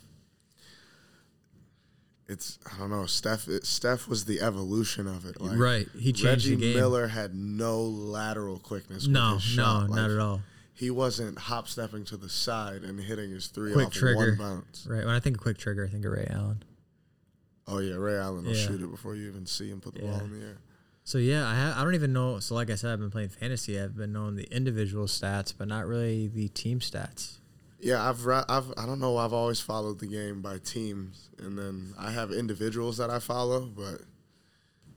S1: It's I don't know. Steph Steph was the evolution of it. Like,
S2: right. He changed
S1: Reggie
S2: the game.
S1: Miller had no lateral quickness.
S2: no,
S1: with his
S2: no,
S1: shot.
S2: not
S1: Like,
S2: at all.
S1: He wasn't hop stepping to the side and hitting his three
S2: Quick
S1: off
S2: trigger.
S1: one bounce.
S2: Right. When I think of quick trigger, I think of Ray Allen.
S1: Oh yeah, Ray Allen will
S2: Yeah.
S1: shoot it before you even see him put the
S2: Yeah.
S1: ball in the air.
S2: So yeah, I ha- I don't even know. So like I said, I've been playing fantasy. I've been knowing the individual stats, but not really the team stats.
S1: Yeah, I've ra- I've I don't know. I've always followed the game by teams, and then I have individuals that I follow, but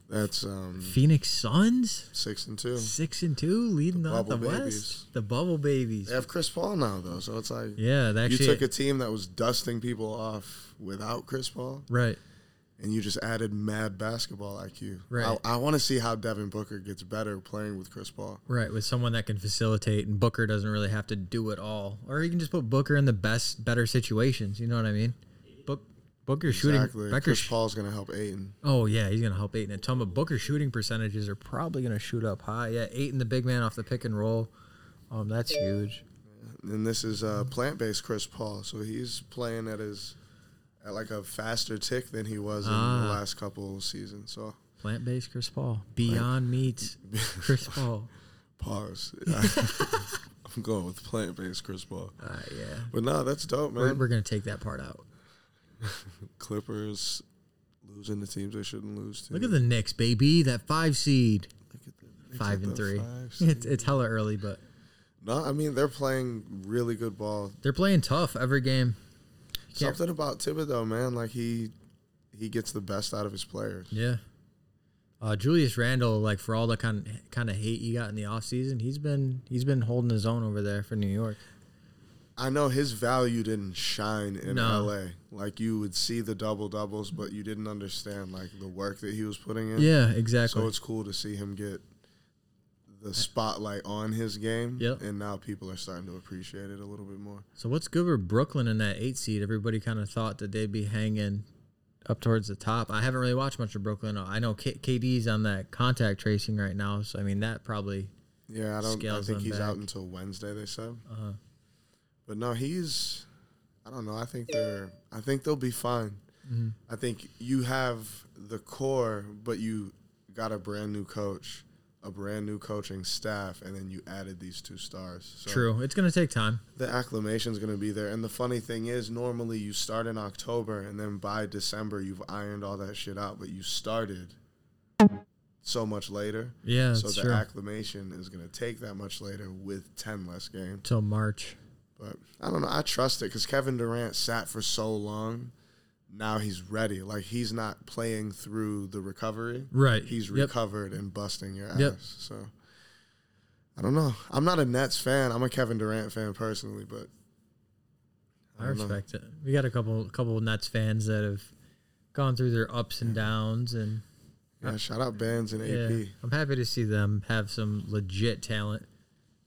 S1: that's um
S2: Phoenix Suns
S1: six and two.
S2: six and two, leading the out the
S1: Bubble
S2: West.
S1: Babies.
S2: The bubble babies.
S1: They have Chris Paul now though, so it's like
S2: Yeah, they
S1: you
S2: actually
S1: took a team that was dusting people off without Chris Paul,
S2: right.
S1: and you just added mad basketball IQ.
S2: Right.
S1: I, I want to see how Devin Booker gets better playing with Chris Paul.
S2: Right, with someone that can facilitate, and Booker doesn't really have to do it all, or you can just put Booker in the best, better situations. You know what I mean? Book Booker
S1: Exactly.
S2: shooting, Booker.
S1: Chris
S2: sh-
S1: Paul's gonna help Aiden.
S2: oh yeah, he's gonna help eight and Toma. Booker shooting percentages are probably gonna shoot up high. Yeah, eight and the big man off the pick and roll. Um, that's huge.
S1: and this is uh, plant based Chris Paul. So he's playing at his at like a faster tick than he was in the
S2: Ah.
S1: last couple seasons. So
S2: Plant based Chris Paul, beyond meat, Chris Paul.
S1: pause. I'm going with plant based Chris Paul.
S2: Uh, yeah,
S1: But no, that's dope,
S2: we're,
S1: man.
S2: we're gonna take that part out.
S1: Clippers losing the teams they shouldn't lose to.
S2: Look at the Knicks, baby. That five seed,
S1: Look at the- look
S2: five
S1: at
S2: and
S1: the
S2: three.
S1: fives.
S2: It's it's hella early, but
S1: No, I mean they're playing really good ball.
S2: they're playing tough every game. Can't-
S1: Something about Thibodeau, man. Like he he gets the best out of his players.
S2: Yeah. Uh, Julius Randle, like for all the kind kind of hate he got in the offseason, he's been he's been holding his own over there for New York.
S1: I know his value didn't shine in
S2: No.
S1: LA. Like you would see the double doubles, but you didn't understand like the work that he was putting in.
S2: Yeah, exactly.
S1: So it's cool to see him get the spotlight on his game.
S2: Yep.
S1: And now people are starting to appreciate it a little bit more.
S2: so what's good with Brooklyn in that eight seed? Everybody kind of thought that they'd be hanging up towards the top. I haven't really watched much of Brooklyn. I know K- KD's on that contact tracing right now, so I mean that probably
S1: Yeah, I don't I
S2: Scales
S1: think
S2: them Uh-huh.
S1: he's out
S2: back.
S1: until Wednesday, they said.
S2: uh,
S1: But no, he's I don't know. I think they're. I think they'll be fine.
S2: Mm-hmm.
S1: I think you have the core, but you got a brand new coach, a brand new coaching staff, and then you added these two stars. So
S2: True. It's gonna take time.
S1: The acclimation's going to be there. And the funny thing is, normally you start in October, and then by December you've ironed all that shit out. But you started so much later.
S2: Yeah,
S1: So
S2: that's
S1: the
S2: true.
S1: acclimation is going to take that much later with ten less games.
S2: Till March.
S1: But I don't know. I trust it because Kevin Durant sat for so long. Now he's ready. Like he's not playing through the recovery.
S2: Right.
S1: He's
S2: Yep.
S1: recovered and busting your ass.
S2: Yep.
S1: So I don't know. I'm not a Nets fan. I'm a Kevin Durant fan personally, but
S2: I,
S1: don't know.
S2: respect it. We got a couple couple Nets fans that have gone through their ups and downs and
S1: yeah, shout out Bands and
S2: yeah,
S1: AP.
S2: I'm happy to see them have some legit talent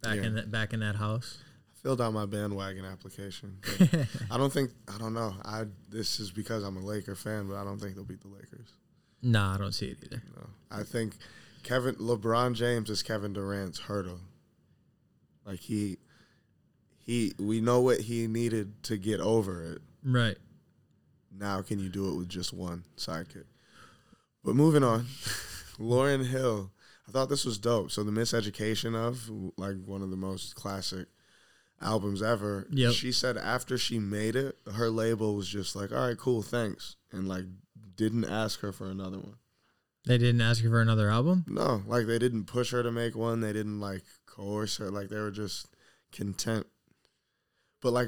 S2: back
S1: Yeah.
S2: in that back in that house.
S1: Filled out my bandwagon application. but I don't think I don't know. I this is because I'm a Laker fan, but I don't think they'll beat the Lakers.
S2: Nah, I don't see it either.
S1: No. I think Kevin LeBron James is Kevin Durant's hurdle. Like he he we know what he needed to get over it.
S2: Right.
S1: Now can you do it with just one sidekick? But moving on, Lauren Hill. I thought this was dope. So the miseducation of like one of the most classic albums ever.
S2: Yep.
S1: She said after she made it, her label was just like, "All right, cool, thanks," and like didn't ask her for another one.
S2: They didn't ask you for another album?
S1: No, like they didn't push her to make one. They didn't like coerce her. Like they were just content. But like,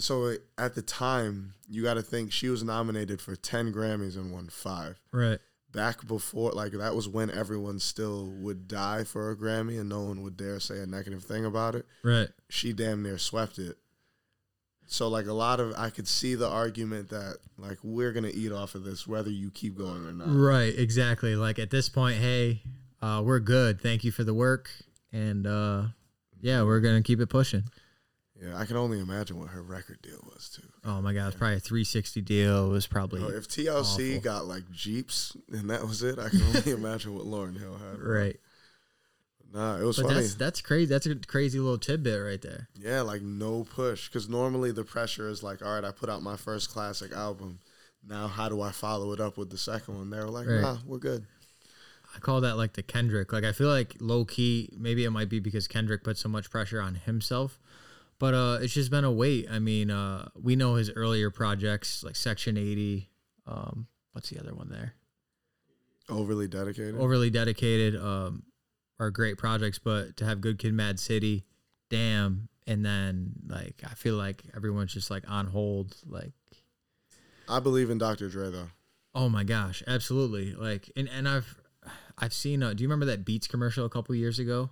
S1: so at the time, you got to think she was nominated for ten Grammys and won five.
S2: Right.
S1: Back before, like that was when everyone still would die for a Grammy and no one would dare say a negative thing about it.
S2: Right.
S1: She damn near swept it. So like a lot of, I could see the argument that like we're gonna eat off of this whether you keep going or
S2: Uh,
S1: not.
S2: Right, exactly. Like at this point, hey, uh, we're good. Thank you for the work. And uh, yeah, we're going to keep it pushing.
S1: Yeah, I can only imagine what her record deal was too.
S2: Oh my God, it's probably a 360 deal. It was probably.
S1: Bro, if TLC
S2: awful.
S1: got like Jeeps and that was it, I can only imagine what Lauren Hill had.
S2: Right.
S1: Nah, it was
S2: But
S1: funny.
S2: that's that's crazy. That's a crazy little tidbit right there.
S1: Yeah, like no push. Because normally the pressure is like, all right, I put out my first classic album. Now, how do I follow it up with the second one? They were like,
S2: Right.
S1: nah, we're good.
S2: I call that like the Kendrick. Like I feel like low key, maybe it might be because Kendrick put so much pressure on himself. But uh it's just been a wait. I mean, uh we know his earlier projects like Section 80. Um what's the other one there?
S1: Overly dedicated.
S2: overly dedicated um, are great projects, but to have Good Kid, Mad City, damn, and then like I feel like everyone's just like on hold. Like,
S1: I believe in Dr. Dre though.
S2: oh my gosh, absolutely. Like, and and I've I've seen. Uh, do you remember that Beats commercial a couple years ago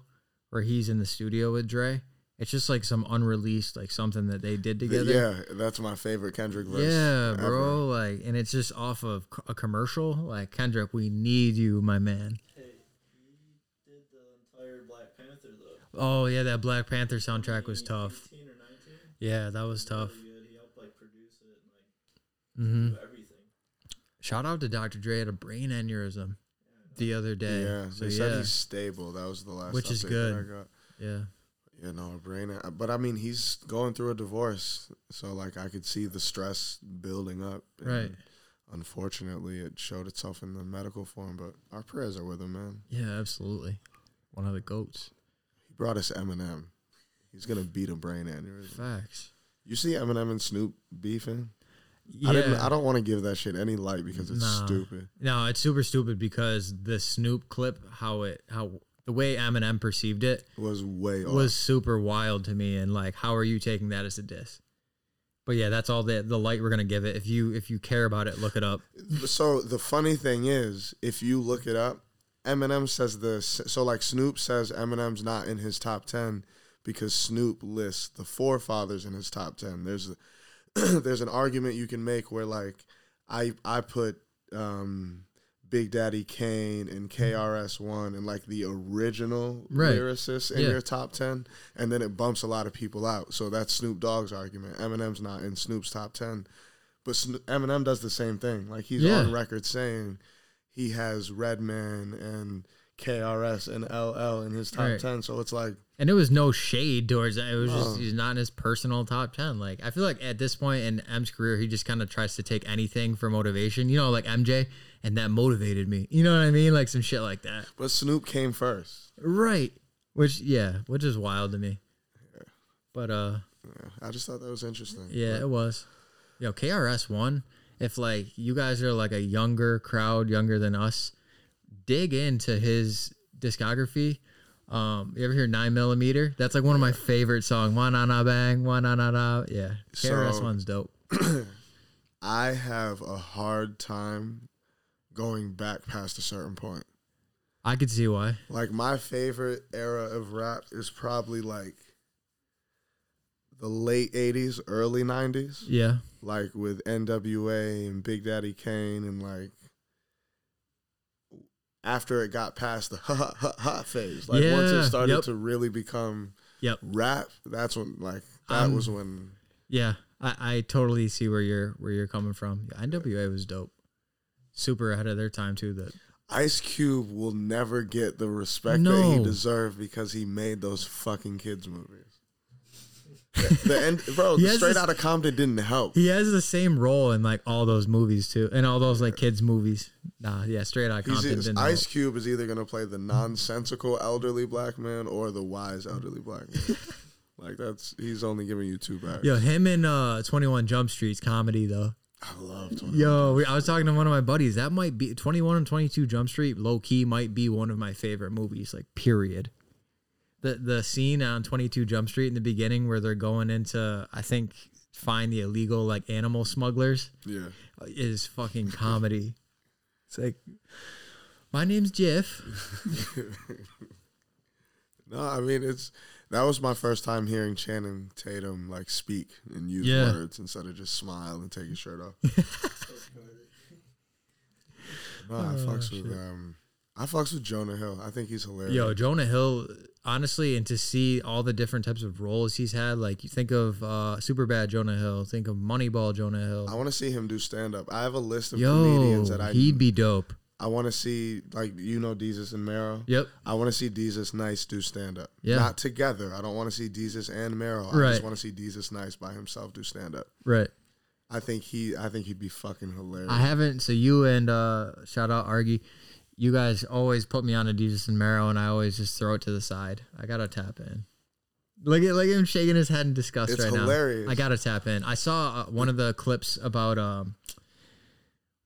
S2: where he's in the studio with Dre? It's just like some unreleased, like something that they did
S1: Th-
S2: together.
S1: yeah, that's my favorite Kendrick verse.
S2: Yeah,
S1: ever.
S2: bro. Like, and it's just off of c- a commercial. Like, Kendrick, we need you, my man.
S4: did the entire Black Panther though.
S2: Oh yeah, that Black Panther soundtrack was tough.
S4: 18 or 19.
S2: Yeah, that was tough.
S4: Really good. He helped like produce it and like
S2: hmm
S4: do everything.
S2: Shout out to Dr. Dre had a brain aneurysm the other day.
S1: Yeah,
S2: so
S1: they said
S2: yeah,
S1: he's stable. That was the last.
S2: Which is
S1: update that
S2: good.
S1: I got.
S2: yeah,
S1: You know, a brain. But I mean, he's going through a divorce, so like I could see the stress building up. and
S2: right.
S1: Unfortunately, it showed itself in the medical form. But our prayers are with him, man.
S2: Yeah, absolutely. One of the goats.
S1: He brought us Eminem. He's gonna beat a brain aneurysm.
S2: Facts.
S1: You see Eminem and Snoop beefing.
S2: Yeah.
S1: I didn't. I don't want to give that shit any light because it's
S2: Nah.
S1: stupid.
S2: No, it's super stupid because the Snoop clip, how it, how the way Eminem perceived it
S1: It was way off.
S2: was super wild to me, and like, how are you taking that as a diss? But yeah, that's all the the light we're gonna give it. If you if you care about it, look it up.
S1: so the funny thing is, if you look it up, Eminem says this. So like Snoop says Eminem's not in his top ten because Snoop lists the forefathers in his top ten. There's there's an argument you can make where like I I put um, Big Daddy Kane and KRS One and like the original
S2: Right.
S1: lyricists in
S2: Yeah.
S1: your top ten, and then it bumps a lot of people out. So that's Snoop Dogg's argument. Eminem's not in Snoop's top ten, but Sno- Eminem does the same thing. Like he's
S2: Yeah.
S1: on record saying he has Redman and KRS and LL in his top
S2: Right.
S1: 10. So it's like,
S2: And it was no shade towards that. It was just
S1: Oh.
S2: he's not in his personal top ten. Like I feel like at this point in M's career, he just kind of tries to take anything for motivation. You know, like MJ, and that motivated me. You know what I mean? Like some shit like that.
S1: but Snoop came first.
S2: Right. Which yeah, which is wild to me. But uh
S1: Yeah, I just thought that was interesting.
S2: yeah, it was. Yo, KRS one. If like you guys are like a younger crowd, younger than us, dig into his discography. Um, you ever hear nine millimeter? That's like one of my favorite songs. One na na bang, one na na na. Yeah, KRS
S1: So-
S2: one's dope.
S1: I have a hard time going back past a certain point.
S2: I could see why.
S1: Like my favorite era of rap is probably like the late 80s, early 90s,
S2: Yeah,
S1: like with NWA and Big Daddy Kane and like after it got past the ha ha ha, ha phase. Like once it
S2: Yeah,
S1: started
S2: yep.
S1: to really become
S2: Yep.
S1: rap, that's when like that
S2: Um,
S1: was when
S2: yeah. I, I totally see where you're where you're coming from. NWA was dope. Super ahead of their time too. That
S1: Ice Cube will never get the respect that he
S2: No.
S1: deserved because he made those fucking kids movies. The- the end, bro,
S2: He
S1: the
S2: has
S1: Straight
S2: this-
S1: Outta Compton didn't help.
S2: He has the same role in like all those movies too, and all those like kids movies. Nah, yeah, straight out
S1: He's,
S2: Compton.
S1: it's-
S2: didn't
S1: Ice
S2: help.
S1: Cube is either gonna play the nonsensical elderly black man or the wise elderly black man. like that's he's only giving you two back.
S2: Yo, him in uh, Twenty One Jump Street's comedy though.
S1: I love 20.
S2: Yo, we, I was talking to one of my buddies. That might be Twenty One and Twenty Two Jump Street. Low key might be one of my favorite movies. Like period. The the scene on Twenty Two Jump Street in the beginning where they're going into I think find the illegal like animal smugglers. uh,
S1: Yeah,
S2: is fucking comedy. it's like, my name's Jeff.
S1: no, I mean it's that was my first time hearing Channing Tatum like speak and use
S2: Yeah.
S1: words instead of just smile and take his shirt off. No,
S2: Oh,
S1: I fucks with um, I fucks with Jonah Hill. I think he's hilarious.
S2: Yo, Jonah Hill, honestly, and to see all the different types of roles he's had, like you think of uh, Superbad Jonah Hill, think of Moneyball Jonah
S1: I
S2: Hill.
S1: want to see him do stand up. I have a list of
S2: Yo,
S1: comedians that I
S2: he'd be dope.
S1: I want to see like you know Desus and Mero.
S2: Yep.
S1: I want to see Desus Nice do stand up.
S2: Yeah.
S1: Not together. I don't want to see Desus and Mero. I
S2: Right.
S1: just want to see Desus Nice by himself do stand up.
S2: Right.
S1: I think he I think he'd be fucking hilarious.
S2: I haven't. So you and uh, shout out Argy, you guys always put me on a Jesus and Marrow, and I always just throw it to the side. I gotta tap in. Look at look at him shaking his head in disgust
S1: It's
S2: right
S1: hilarious.
S2: now. I gotta tap in. I saw uh, one of the clips about um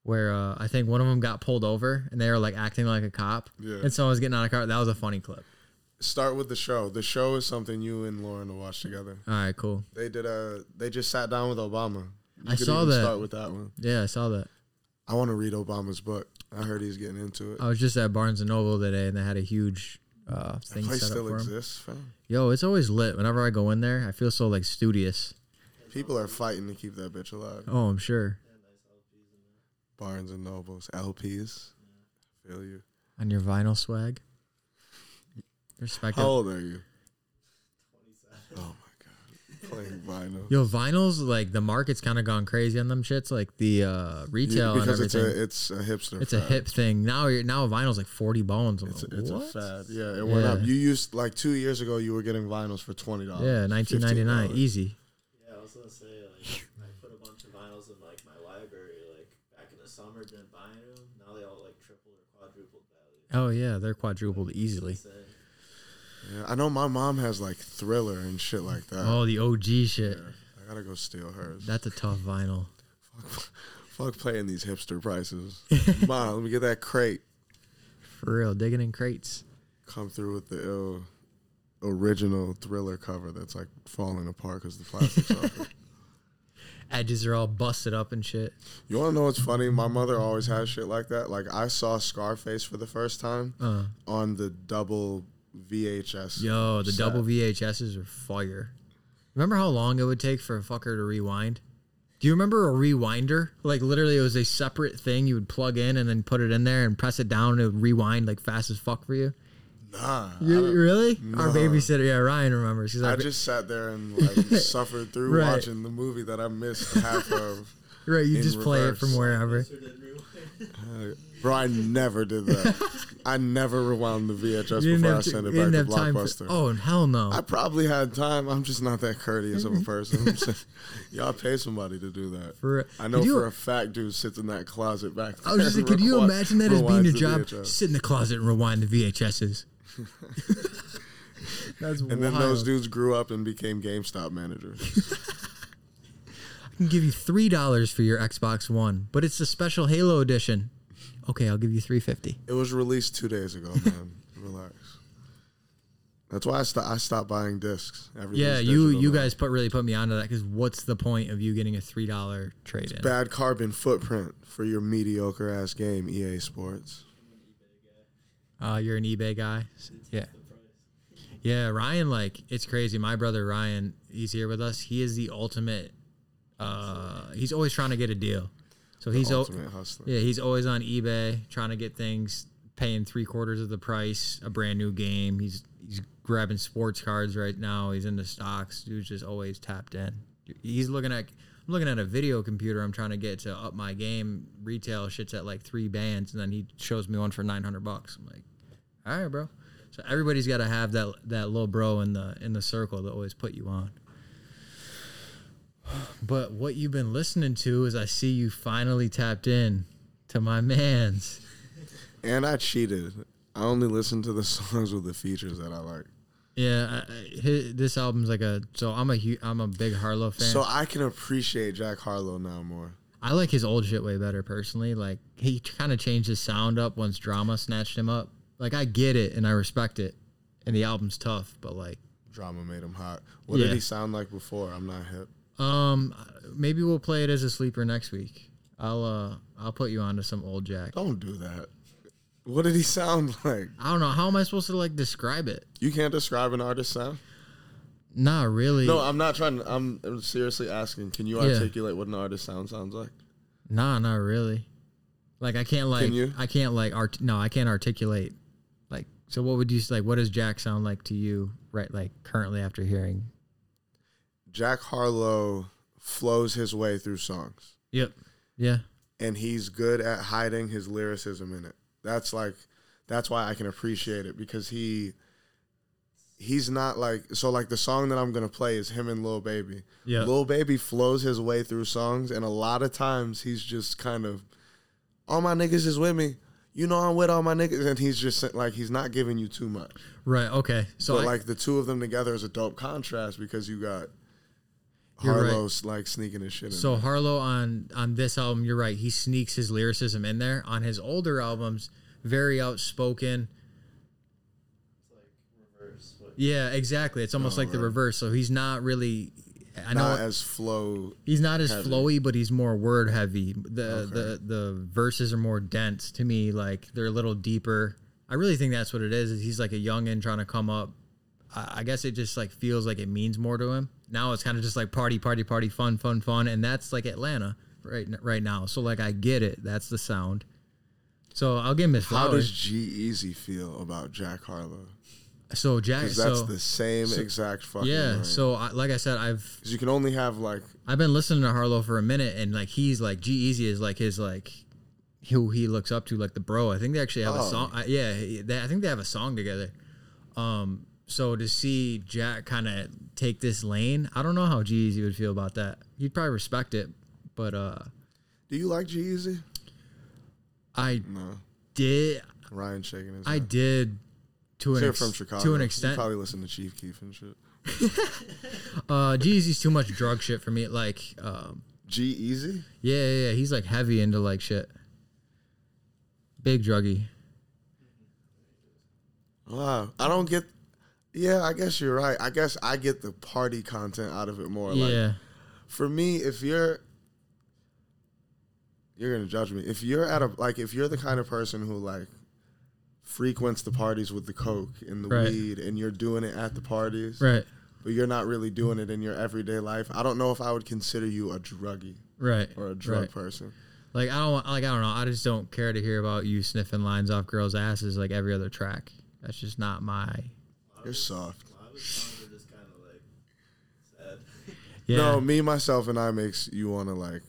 S2: where uh, I think one of them got pulled over and they were like acting like a cop,
S1: Yeah.
S2: and someone was getting out of the car. That was a funny clip.
S1: Start with the show. The show is something you and Lauren will watch together.
S2: All right, cool.
S1: They did a they just sat down with Obama. You
S2: I saw that.
S1: Start with that one.
S2: Yeah, I saw that.
S1: I want to read Obama's book. I heard he's getting into it.
S2: I was just at Barnes and Noble today, and they had a huge uh, thing
S1: Place
S2: set up
S1: still
S2: for him.
S1: exists, fam.
S2: Yo, it's always lit. Whenever I go in there, I feel so like studious.
S1: People are fighting to keep that bitch alive.
S2: Oh, I'm sure.
S1: Barnes and Nobles, LPs. Feel you.
S2: On your vinyl swag. Respect
S1: How
S2: it.
S1: old are you? Oh my god, playing vinyl.
S2: Yo, vinyls, like the market's kind of gone crazy on them shits. Like the uh, retail
S1: You-
S2: and
S1: because it's
S2: everything.
S1: a it's a hipster.
S2: It's a,
S1: fad.
S2: hip thing. Now you're, now vinyl's like 40 bones. I'm
S1: It's
S2: like,
S1: a, it's a
S2: what?
S1: fad. Yeah, it went
S2: Yeah.
S1: up. You used like two years ago. You were getting vinyls for twenty dollars.
S2: Yeah, E- 1999. Easy.
S4: Yeah, I was gonna say like I put a bunch of vinyls in like my library like back in the summer, didn't buy any of them. Now they all like triple or quadrupled value.
S2: Oh, yeah. They're quadrupled easily.
S4: So,
S1: Yeah, I know my mom has like Thriller and shit like that.
S2: Oh, the OG shit.
S1: I gotta go steal hers.
S2: That's a tough vinyl.
S1: Fuck playing these hipster prices. Mom, let me get that crate.
S2: For real. Digging in crates.
S1: Come through with the ill original Thriller cover that's like falling apart because the plastic's off. it.
S2: Edges are all busted up and shit.
S1: You want to know what's funny? My mother always has shit like that. Like I saw Scarface for the first time
S2: Uh,
S1: on the double VHS.
S2: Yo, the
S1: set.
S2: double VHSs are fire. Remember how long it would take for a fucker to rewind? Do you remember a rewinder? Like literally, it was a separate thing you would plug in and then put it in there and press it down and it would rewind like fast as fuck for you.
S1: Nah,
S2: You-
S1: I,
S2: really? Our
S1: no.
S2: babysitter, yeah, Ryan remembers. He's
S1: I
S2: like,
S1: just sat there and like suffered through
S2: Right.
S1: watching the movie that I missed half of.
S2: Right, you
S1: in
S2: just play it
S1: reverse.
S2: from wherever.
S4: Sir didn't
S1: Uh,
S4: rewind.
S1: bro, I never did that. I never rewound the VHS
S2: You didn't
S1: before I
S2: have, to-
S1: sent
S2: you
S1: it back
S2: didn't
S1: to
S2: have time. For,
S1: Blockbuster.
S2: oh, and hell no.
S1: I probably had time. I'm just not that courteous
S2: Mm-hmm.
S1: of a person. Y'all pay somebody to do that.
S2: For-
S1: I know
S2: could you-
S1: for a fact, dude sits in that closet back there.
S2: I was just
S1: and
S2: like, could you
S1: rewi-
S2: imagine that as being
S1: rewinds
S2: your
S1: the
S2: job?
S1: VHS.
S2: Sit in the closet and rewind the VHSs. That's
S1: And then those dudes grew up and became GameStop managers.
S2: I can give you three dollars for your Xbox One, but it's the special Halo edition. Okay, I'll give you three fifty.
S1: it was released two days ago, man. Relax. That's why I, sto- I stopped buying discs. Everything's
S2: Yeah, you
S1: digital
S2: you
S1: now.
S2: guys put really put me onto that because what's the point of you getting a three dollar trade in?
S1: Bad carbon footprint for your mediocre ass game, EA Sports.
S2: Uh, you're an eBay guy. Yeah. Yeah, Ryan, like, it's crazy. My brother Ryan, he's here with us. He is the ultimate. Uh, he's always trying to get a deal. So he's o-
S1: Ultimate hustler.
S2: yeah, he's always on eBay trying to get things, paying three quarters of the price, a brand new game. He's he's grabbing sports cards right now. He's into stocks. Dude's just always tapped in. He's looking at. I'm looking at a video computer. I'm trying to get to up my game. Retail shit's at like three bands, and then he shows me one for 900 bucks. I'm like, all right, bro. So everybody's got to have that that little bro in the in the circle that always put you on. But what you've been listening to is I see you finally tapped in to my man's.
S1: And I cheated. I only listened to the songs with the features that I like.
S2: Yeah, I, I, hi- this album's like a so I'm a hu- I'm a big Harlow fan.
S1: So I can appreciate Jack Harlow now more.
S2: I like his old shit way better personally. Like he kind of changed his sound up once Drama snatched him up. Like I get it and I respect it, and the album's tough. But like,
S1: Drama made him hot. What
S2: Yeah.
S1: did he sound like before? I'm not hip.
S2: um, maybe we'll play it as a sleeper next week. I'll uh I'll put you on to some old Jack.
S1: Don't do that. What did he sound like?
S2: I don't know how am I supposed to like describe it.
S1: You can't describe an artist's sound.
S2: Nah, really.
S1: No, I'm not trying. To, I'm, I'm seriously asking. Can you
S2: Yeah.
S1: articulate what an artist's sound sounds like?
S2: Nah, not really. Like I can't like
S1: you?
S2: I can't like art. No, I can't articulate. Like so, what would you like? What does Jack sound like to you? Right, like currently after hearing.
S1: Jack Harlow flows his way through songs,
S2: Yep. Yeah.
S1: and he's good at hiding his lyricism in it. That's like, that's why I can appreciate it because he, he's not like so. Like the song that I'm gonna play is him and Lil Baby.
S2: Yeah.
S1: Lil Baby flows his way through songs, and a lot of times he's just kind of, all my niggas is with me. You know I'm with all my niggas, and he's just like he's not giving you too much.
S2: Right. Okay. So
S1: But
S2: I-
S1: like the two of them together is a dope contrast because you got
S2: You're right.
S1: Harlow's like sneaking his shit in.
S2: so Harlow on on this album, you're right. He sneaks his lyricism in there. On his older albums, very outspoken.
S4: It's like reverse. What
S2: Yeah, exactly. It's almost like the reverse. So he's not really. I know
S1: Oh, not as flow.
S2: He's not as
S1: heavy.
S2: flowy, but he's more word heavy. The the the verses are more dense to me. Like they're a little deeper. I really think that's what it is. Is he's like a youngin trying to come up. I, I guess it just like feels like it means more to him. Now it's kind of just like party, party, party, fun, fun, fun, and that's like Atlanta right n- right now. So like I get it. That's the sound. So I'll give him his
S1: How does
S2: flowers.
S1: G Easy feel about Jack Harlow?
S2: so Jack,
S1: 'Cause that's
S2: so
S1: the same exact fucking.
S2: yeah.
S1: line.
S2: So I, like I said, I've
S1: 'Cause you can only have like
S2: I've been listening to Harlow for a minute, and like he's like G Easy is like his like who he looks up to, like the bro. I think they actually have a
S1: Oh.
S2: song. I, yeah, they, I think they have a song together. Um, so to see Jack kind of take this lane, I don't know how G Easy would feel about that. He'd probably respect it, but uh,
S1: Do you like G Easy?
S2: I
S1: No.
S2: did,
S1: Ryan shaking his
S2: I
S1: head.
S2: did to an
S1: They're
S2: ex-
S1: from Chicago.
S2: to an
S1: You
S2: extent.
S1: probably listen to Chief Keef and shit.
S2: Uh, G Easy's too much drug shit for me. Like, um,
S1: G Easy?
S2: yeah, yeah, yeah, he's like heavy into like shit, big druggy.
S1: Wow. I don't get. Yeah, I guess you're right. I guess I get the party content out of it more. Like,
S2: yeah.
S1: for me, if you're you're gonna judge me. If you're at a like if you're the kind of person who like frequents the parties with the coke and the
S2: Right.
S1: weed and you're doing it at the parties
S2: Right,
S1: but you're not really doing it in your everyday life, I don't know if I would consider you a druggie
S2: right.
S1: or a drug
S2: right.
S1: person.
S2: Like I don't like I don't know. I just don't care to hear about you sniffing lines off girls' asses like every other track. That's just not my.
S1: You're soft.
S4: a lot of his songs are just kind of like sad.
S2: Yeah.
S1: No, me, myself, and I makes you wanna like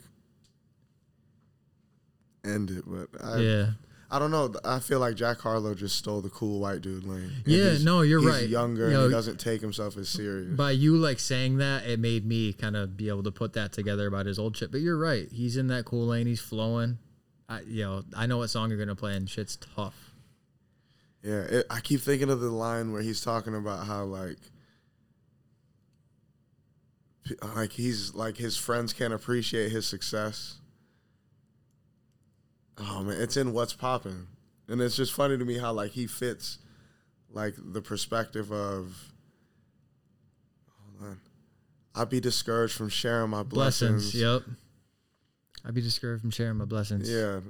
S1: end it, but I,
S2: yeah.
S1: I don't know. I feel like Jack Harlow just stole the cool white dude lane. And
S2: Yeah,
S1: he's-
S2: no, you're
S1: he's
S2: right.
S1: Younger,
S2: Yo,
S1: and he doesn't take himself as serious.
S2: By you like saying that, it made me kind of be able to put that together about his old shit. But you're right. He's in that cool lane. He's flowing. I, you know, I know what song you're gonna play, and shit's tough.
S1: Yeah, it, I keep thinking of the line where he's talking about how like, p- like he's like his friends can't appreciate his success. Oh man, it's in what's popping, and it's just funny to me how like he fits, like the perspective of. Hold on, I'd be discouraged from sharing my blessings.
S2: Blessings. Yep. I'd be discouraged from sharing my blessings.
S1: Yeah.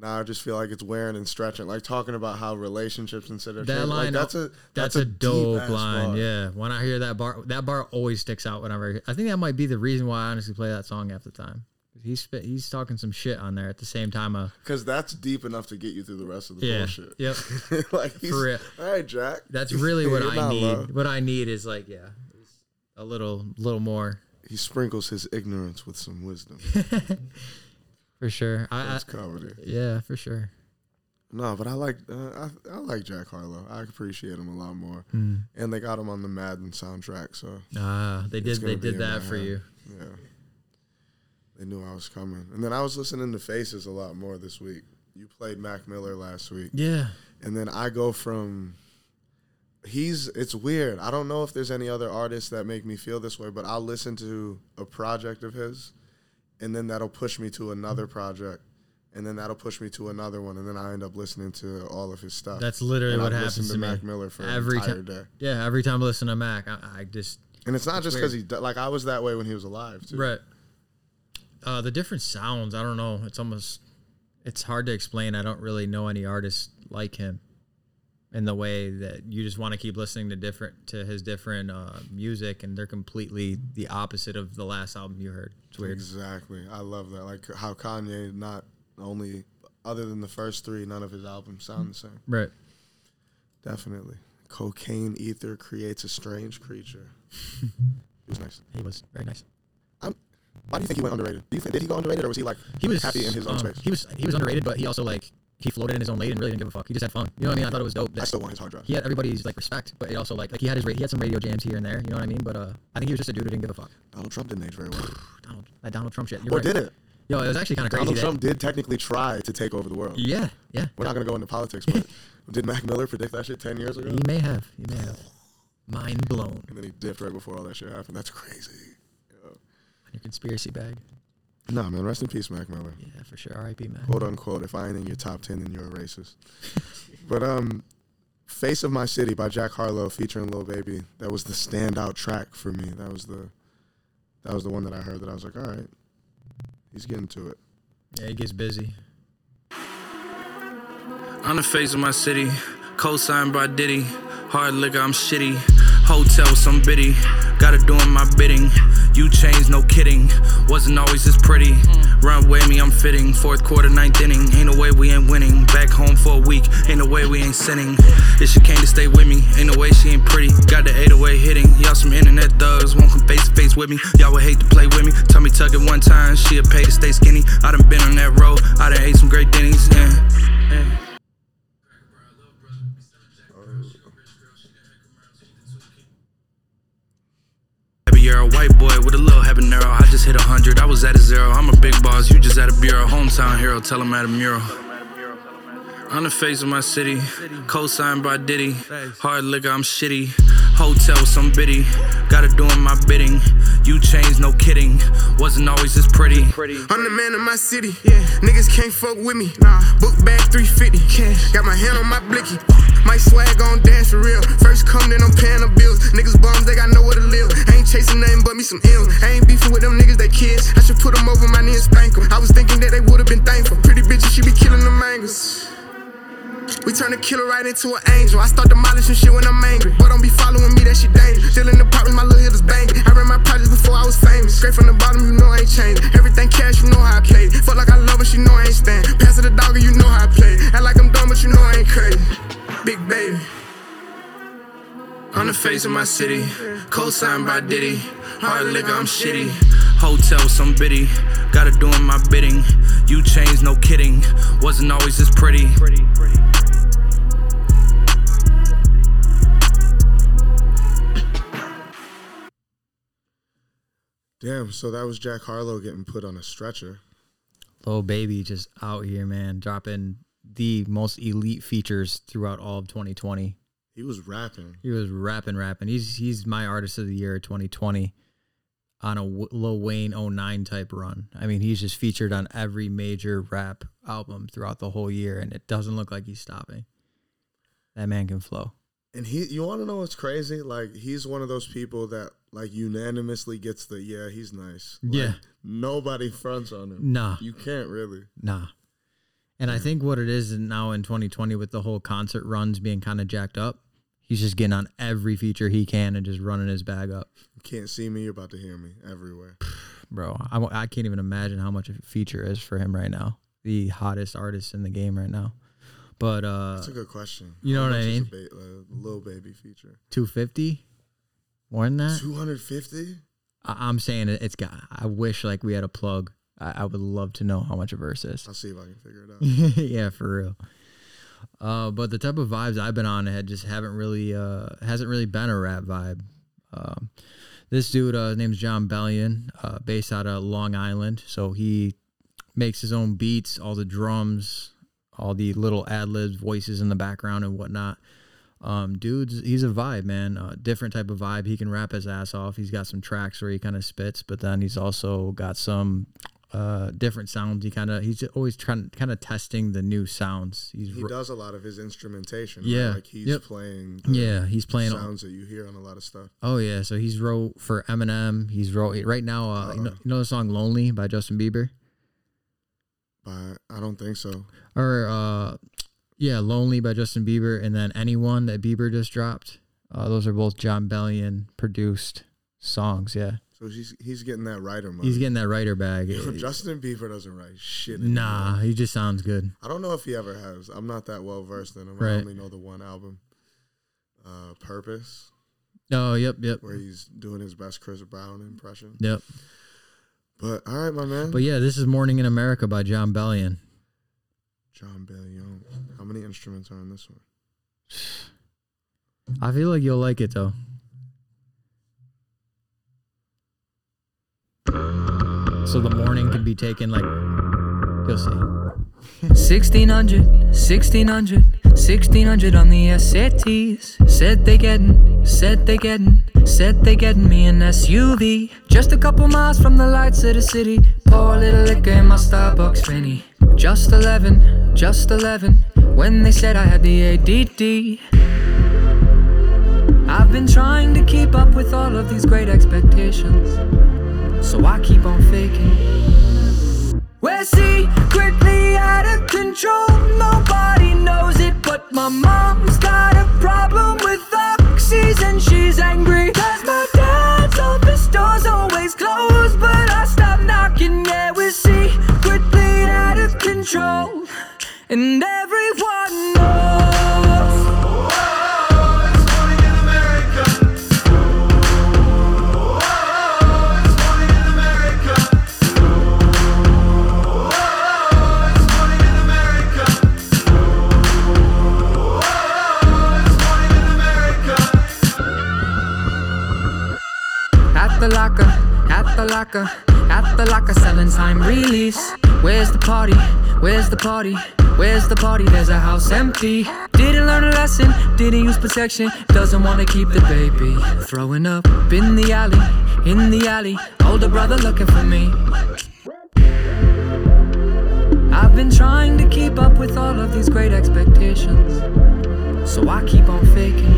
S1: Now I just feel like it's wearing and stretching, like talking about how relationships and shit are
S2: That
S1: changing.
S2: line,
S1: like, that's a
S2: That's, a, dope
S1: deep-ass
S2: line.
S1: bar.
S2: Yeah. When I hear that bar, that bar always sticks out whenever I think that might be the reason why I honestly play that song half the time. He's spit, he's talking some shit on there at the same time. Uh,
S1: Because that's deep enough to get you through the rest of the
S2: yeah.
S1: bullshit.
S2: Yep.
S1: like he's,
S2: For real.
S1: All right, Jack.
S2: That's really what
S1: You're
S2: I
S1: not
S2: need.
S1: low.
S2: What I need is like, yeah, a little, little more
S1: He sprinkles his ignorance with some wisdom.
S2: for sure. I, I
S1: That's comedy.
S2: yeah, for sure.
S1: No, but I like uh, I, I like Jack Harlow. I appreciate him a lot more.
S2: Mm.
S1: And they got him on the Madden soundtrack, so
S2: Ah, they did,
S1: It's gonna
S2: they
S1: be
S2: did
S1: in
S2: that
S1: my
S2: for
S1: head.
S2: you.
S1: yeah. They knew I was coming. And then I was listening to Faces a lot more this week. You played Mac Miller last week.
S2: Yeah.
S1: and then I go from he's it's weird. I don't know if there's any other artists that make me feel this way, but I'll listen to a project of his and then that'll push me to another project and then that'll push me to another one and then I end up listening to all of his stuff.
S2: That's literally
S1: And
S2: what
S1: I've
S2: happens
S1: listened
S2: to,
S1: to
S2: me.
S1: Mac Miller for an
S2: every
S1: entire
S2: time.
S1: day.
S2: Yeah, every time I listen to Mac, I, I just
S1: And it's not just 'cause just
S2: weird.
S1: cuz he d- like I was that way when he was alive too.
S2: Right. Uh, the different sounds, I don't know. It's almost, it's hard to explain. I don't really know any artists like him, in the way that you just want to keep listening to different to his different uh, music, and they're completely the opposite of the last album you heard. It's weird.
S1: Exactly. I love that. Like how Kanye not only other than the first 3 none of his albums sound the same.
S2: Right.
S1: Definitely. Cocaine ether creates a strange creature. he was nice.
S2: He was very nice.
S1: Why do you think he went underrated? Do you think, did he go underrated or was he like
S2: He was
S1: happy in his own
S2: um,
S1: space?
S2: He was he was underrated, but he also like he floated in his own lane and really didn't give a fuck. He just had fun. You know what I mean? I thought it was dope.
S1: I
S2: that-
S1: still want his hard drive.
S2: he had everybody's like respect, but it also like like he had his ra- he had some radio jams here and there. You know what I mean? But uh, I think he was just a dude who didn't give a fuck.
S1: Donald Trump didn't age very well.
S2: Donald, that Donald Trump shit. You're
S1: or
S2: right.
S1: Oh, did it?
S2: Yo, it was actually kind of crazy.
S1: Donald
S2: that-
S1: Trump did technically try to take over the world.
S2: yeah, yeah.
S1: We're not going to go into politics, but did Mac Miller predict that shit 10 years ago?
S2: He may have. He may have. Mind blown.
S1: And then he dipped right before all that shit happened. That's crazy.
S2: On your conspiracy bag.
S1: Nah, man. Rest in peace, Mac Miller.
S2: Yeah, for sure. R.I.P. Man.
S1: quote unquote. If I ain't in your top ten, then you're a racist. but um, "Face of My City" by Jack Harlow featuring Lil Baby. That was the standout track for me. That was the that was the one that I heard that I was like, all right, he's getting to it.
S2: Yeah, he gets busy.
S5: I'm the face of my city. Co-signed by Diddy. Hard liquor, I'm shitty. Hotel, some bitty. Gotta doing my bidding. You changed, no kidding. Wasn't always this pretty. Run with me, I'm fitting. Fourth quarter, ninth inning. Ain't no way we ain't winning. Back home for a week. Ain't no way we ain't sinning. If she came to stay with me, ain't no way she ain't pretty. Got the 808 hitting. Y'all some internet thugs. Won't come face to face with me. Y'all would hate to play with me. Tell me tuck it one time. She'll pay to stay skinny. I done been on that road. I done ate some great Denny's. Yeah. yeah. Every year, a white boy with a little habanero. I just hit a hundred. I was at a zero. I'm a big boss. You just at a bureau. Hometown hero. Tell him at a mural. I'm the face of my city. Co-signed by Diddy. Hard liquor, I'm shitty. Hotel, some bitty. Gotta doing my bidding. You changed, no kidding. Wasn't always this pretty.
S6: I'm the man of my city. Yeah. Niggas can't fuck with me. Nah. Book bag 350. Cash. Got my hand on my blicky. My swag on dance for real. First come, then I'm paying the bills. Niggas bums, they got nowhere to live. I ain't chasing nothing but me some M's. I ain't beefing with them niggas, they kids. I should put them over my knee and spank 'em. I was thinking that they would've been thankful. Pretty bitches, she be killing them angles. We turn a killer right into an angel. I start demolishing shit when I'm angry. But don't be following me, that shit dangerous. Still in the pot with my little hitters banging. I ran my projects before I was famous. Straight from the bottom, you know I ain't changing. Everything cash, you know how I played. it. Fuck like I love her, she know I ain't stand. Pass her the dog, and you know how I play. it. Act like I'm dumb, but you know I ain't crazy. Big baby. I'm the face of my city. Co-signed by Diddy. Hard liquor, I'm shitty.
S5: Hotel, some bitty. Gotta doing my bidding. You changed, no kidding. Wasn't always this pretty.
S1: Damn, so that was Jack Harlow getting put on a stretcher.
S2: Little baby just out here, man, dropping the most elite features throughout all of 2020.
S1: He was rapping.
S2: He was rapping, rapping. He's he's my artist of the year 2020 on a W- Lil Wayne 09 type run. I mean, he's just featured on every major rap album throughout the whole year, and it doesn't look like he's stopping. That man can flow.
S1: And he, you want to know what's crazy? Like he's one of those people that like unanimously gets the yeah, he's nice. Like,
S2: Yeah.
S1: nobody fronts on him.
S2: Nah.
S1: you can't really.
S2: Nah. And I think what it is now in 2020 with the whole concert runs being kind of jacked up, he's just getting on every feature he can and just running his bag up.
S1: You can't see me. You're about to hear me everywhere.
S2: Bro, I, w- I can't even imagine how much a feature is for him right now. The hottest artist in the game right now. But uh
S1: That's a good question.
S2: you know
S1: How
S2: what I
S1: much is
S2: mean?
S1: A ba- uh, little baby feature.
S2: 250? More than that?
S1: Two hundred fifty.
S2: I- I'm saying it, it's got, I wish like we had a plug. I, I would love to know how much a verse is.
S1: I'll see if I can figure it
S2: Mm.
S1: out.
S2: yeah, for real. Uh, but the type of vibes I've been on had just haven't really uh, hasn't really been a rap vibe. Um, this dude, uh, his name's John Bellion, uh, based out of Long Island. So he makes his own beats, all the drums, all the little ad libs, voices in the background, and whatnot. Um, dude's he's a vibe, man. Uh, different type of vibe. He can rap his ass off. He's got some tracks where he kind of spits, but then he's also got some uh, different sounds. He kind of he's always trying, kind of testing the new sounds. He's
S1: He
S2: ro-
S1: does a lot of his instrumentation.
S2: Yeah.
S1: right? like he's
S2: Yep.
S1: playing. the
S2: yeah, he's playing.
S1: sounds that you hear on a lot of stuff.
S2: Oh yeah, so he's wrote for Eminem. He's wrote right now. Uh, you, know, you know the song "Lonely" by Justin Bieber,
S1: But I don't think so.
S2: or uh, yeah, "Lonely" by Justin Bieber, and then "Anyone" that Bieber just dropped. Uh, those are both John Bellion produced songs. Yeah,
S1: So he's he's getting that writer money.
S2: he's getting that writer bag.
S1: Justin Bieber doesn't write shit. anymore.
S2: nah, he just sounds good.
S1: I don't know if he ever has. I'm not that well versed in him. I
S2: Right.
S1: only know the one album, uh, Purpose,
S2: Oh, yep, yep,
S1: where he's doing his best Chris Brown impression.
S2: yep.
S1: But all right, my man.
S2: But yeah, this is "Morning in America" by John Bellion.
S1: John Bellion. How many instruments are on this one?
S2: I feel like you'll like it though. So the morning can be taken like you'll see.
S7: 1600, 1600, 1600 on the SATs. Said they gettin', said they gettin', said they gettin' me an SUV. Just a couple miles from the lights of the city. Pour a little liquor in my Starbucks Finny. Just 11, just 11, when they said I had the ADD. I've been trying to keep up with all of these great expectations. So I keep on faking. We're secretly out of control. Nobody knows it, but my mom's got a problem with oxys and she's angry. Cause my dad's office door's always closed, but I stop knocking. Yeah, we're secretly out of control. And everyone knows. At the locker, at the locker, at the locker, selling time release. Where's the party? Where's the party? Where's the party? There's a house empty. Didn't learn a lesson, didn't use protection, doesn't wanna keep the baby. Throwing up in the alley, in the alley, older brother looking for me. I've been trying to keep up with all of these great expectations, so I keep on faking.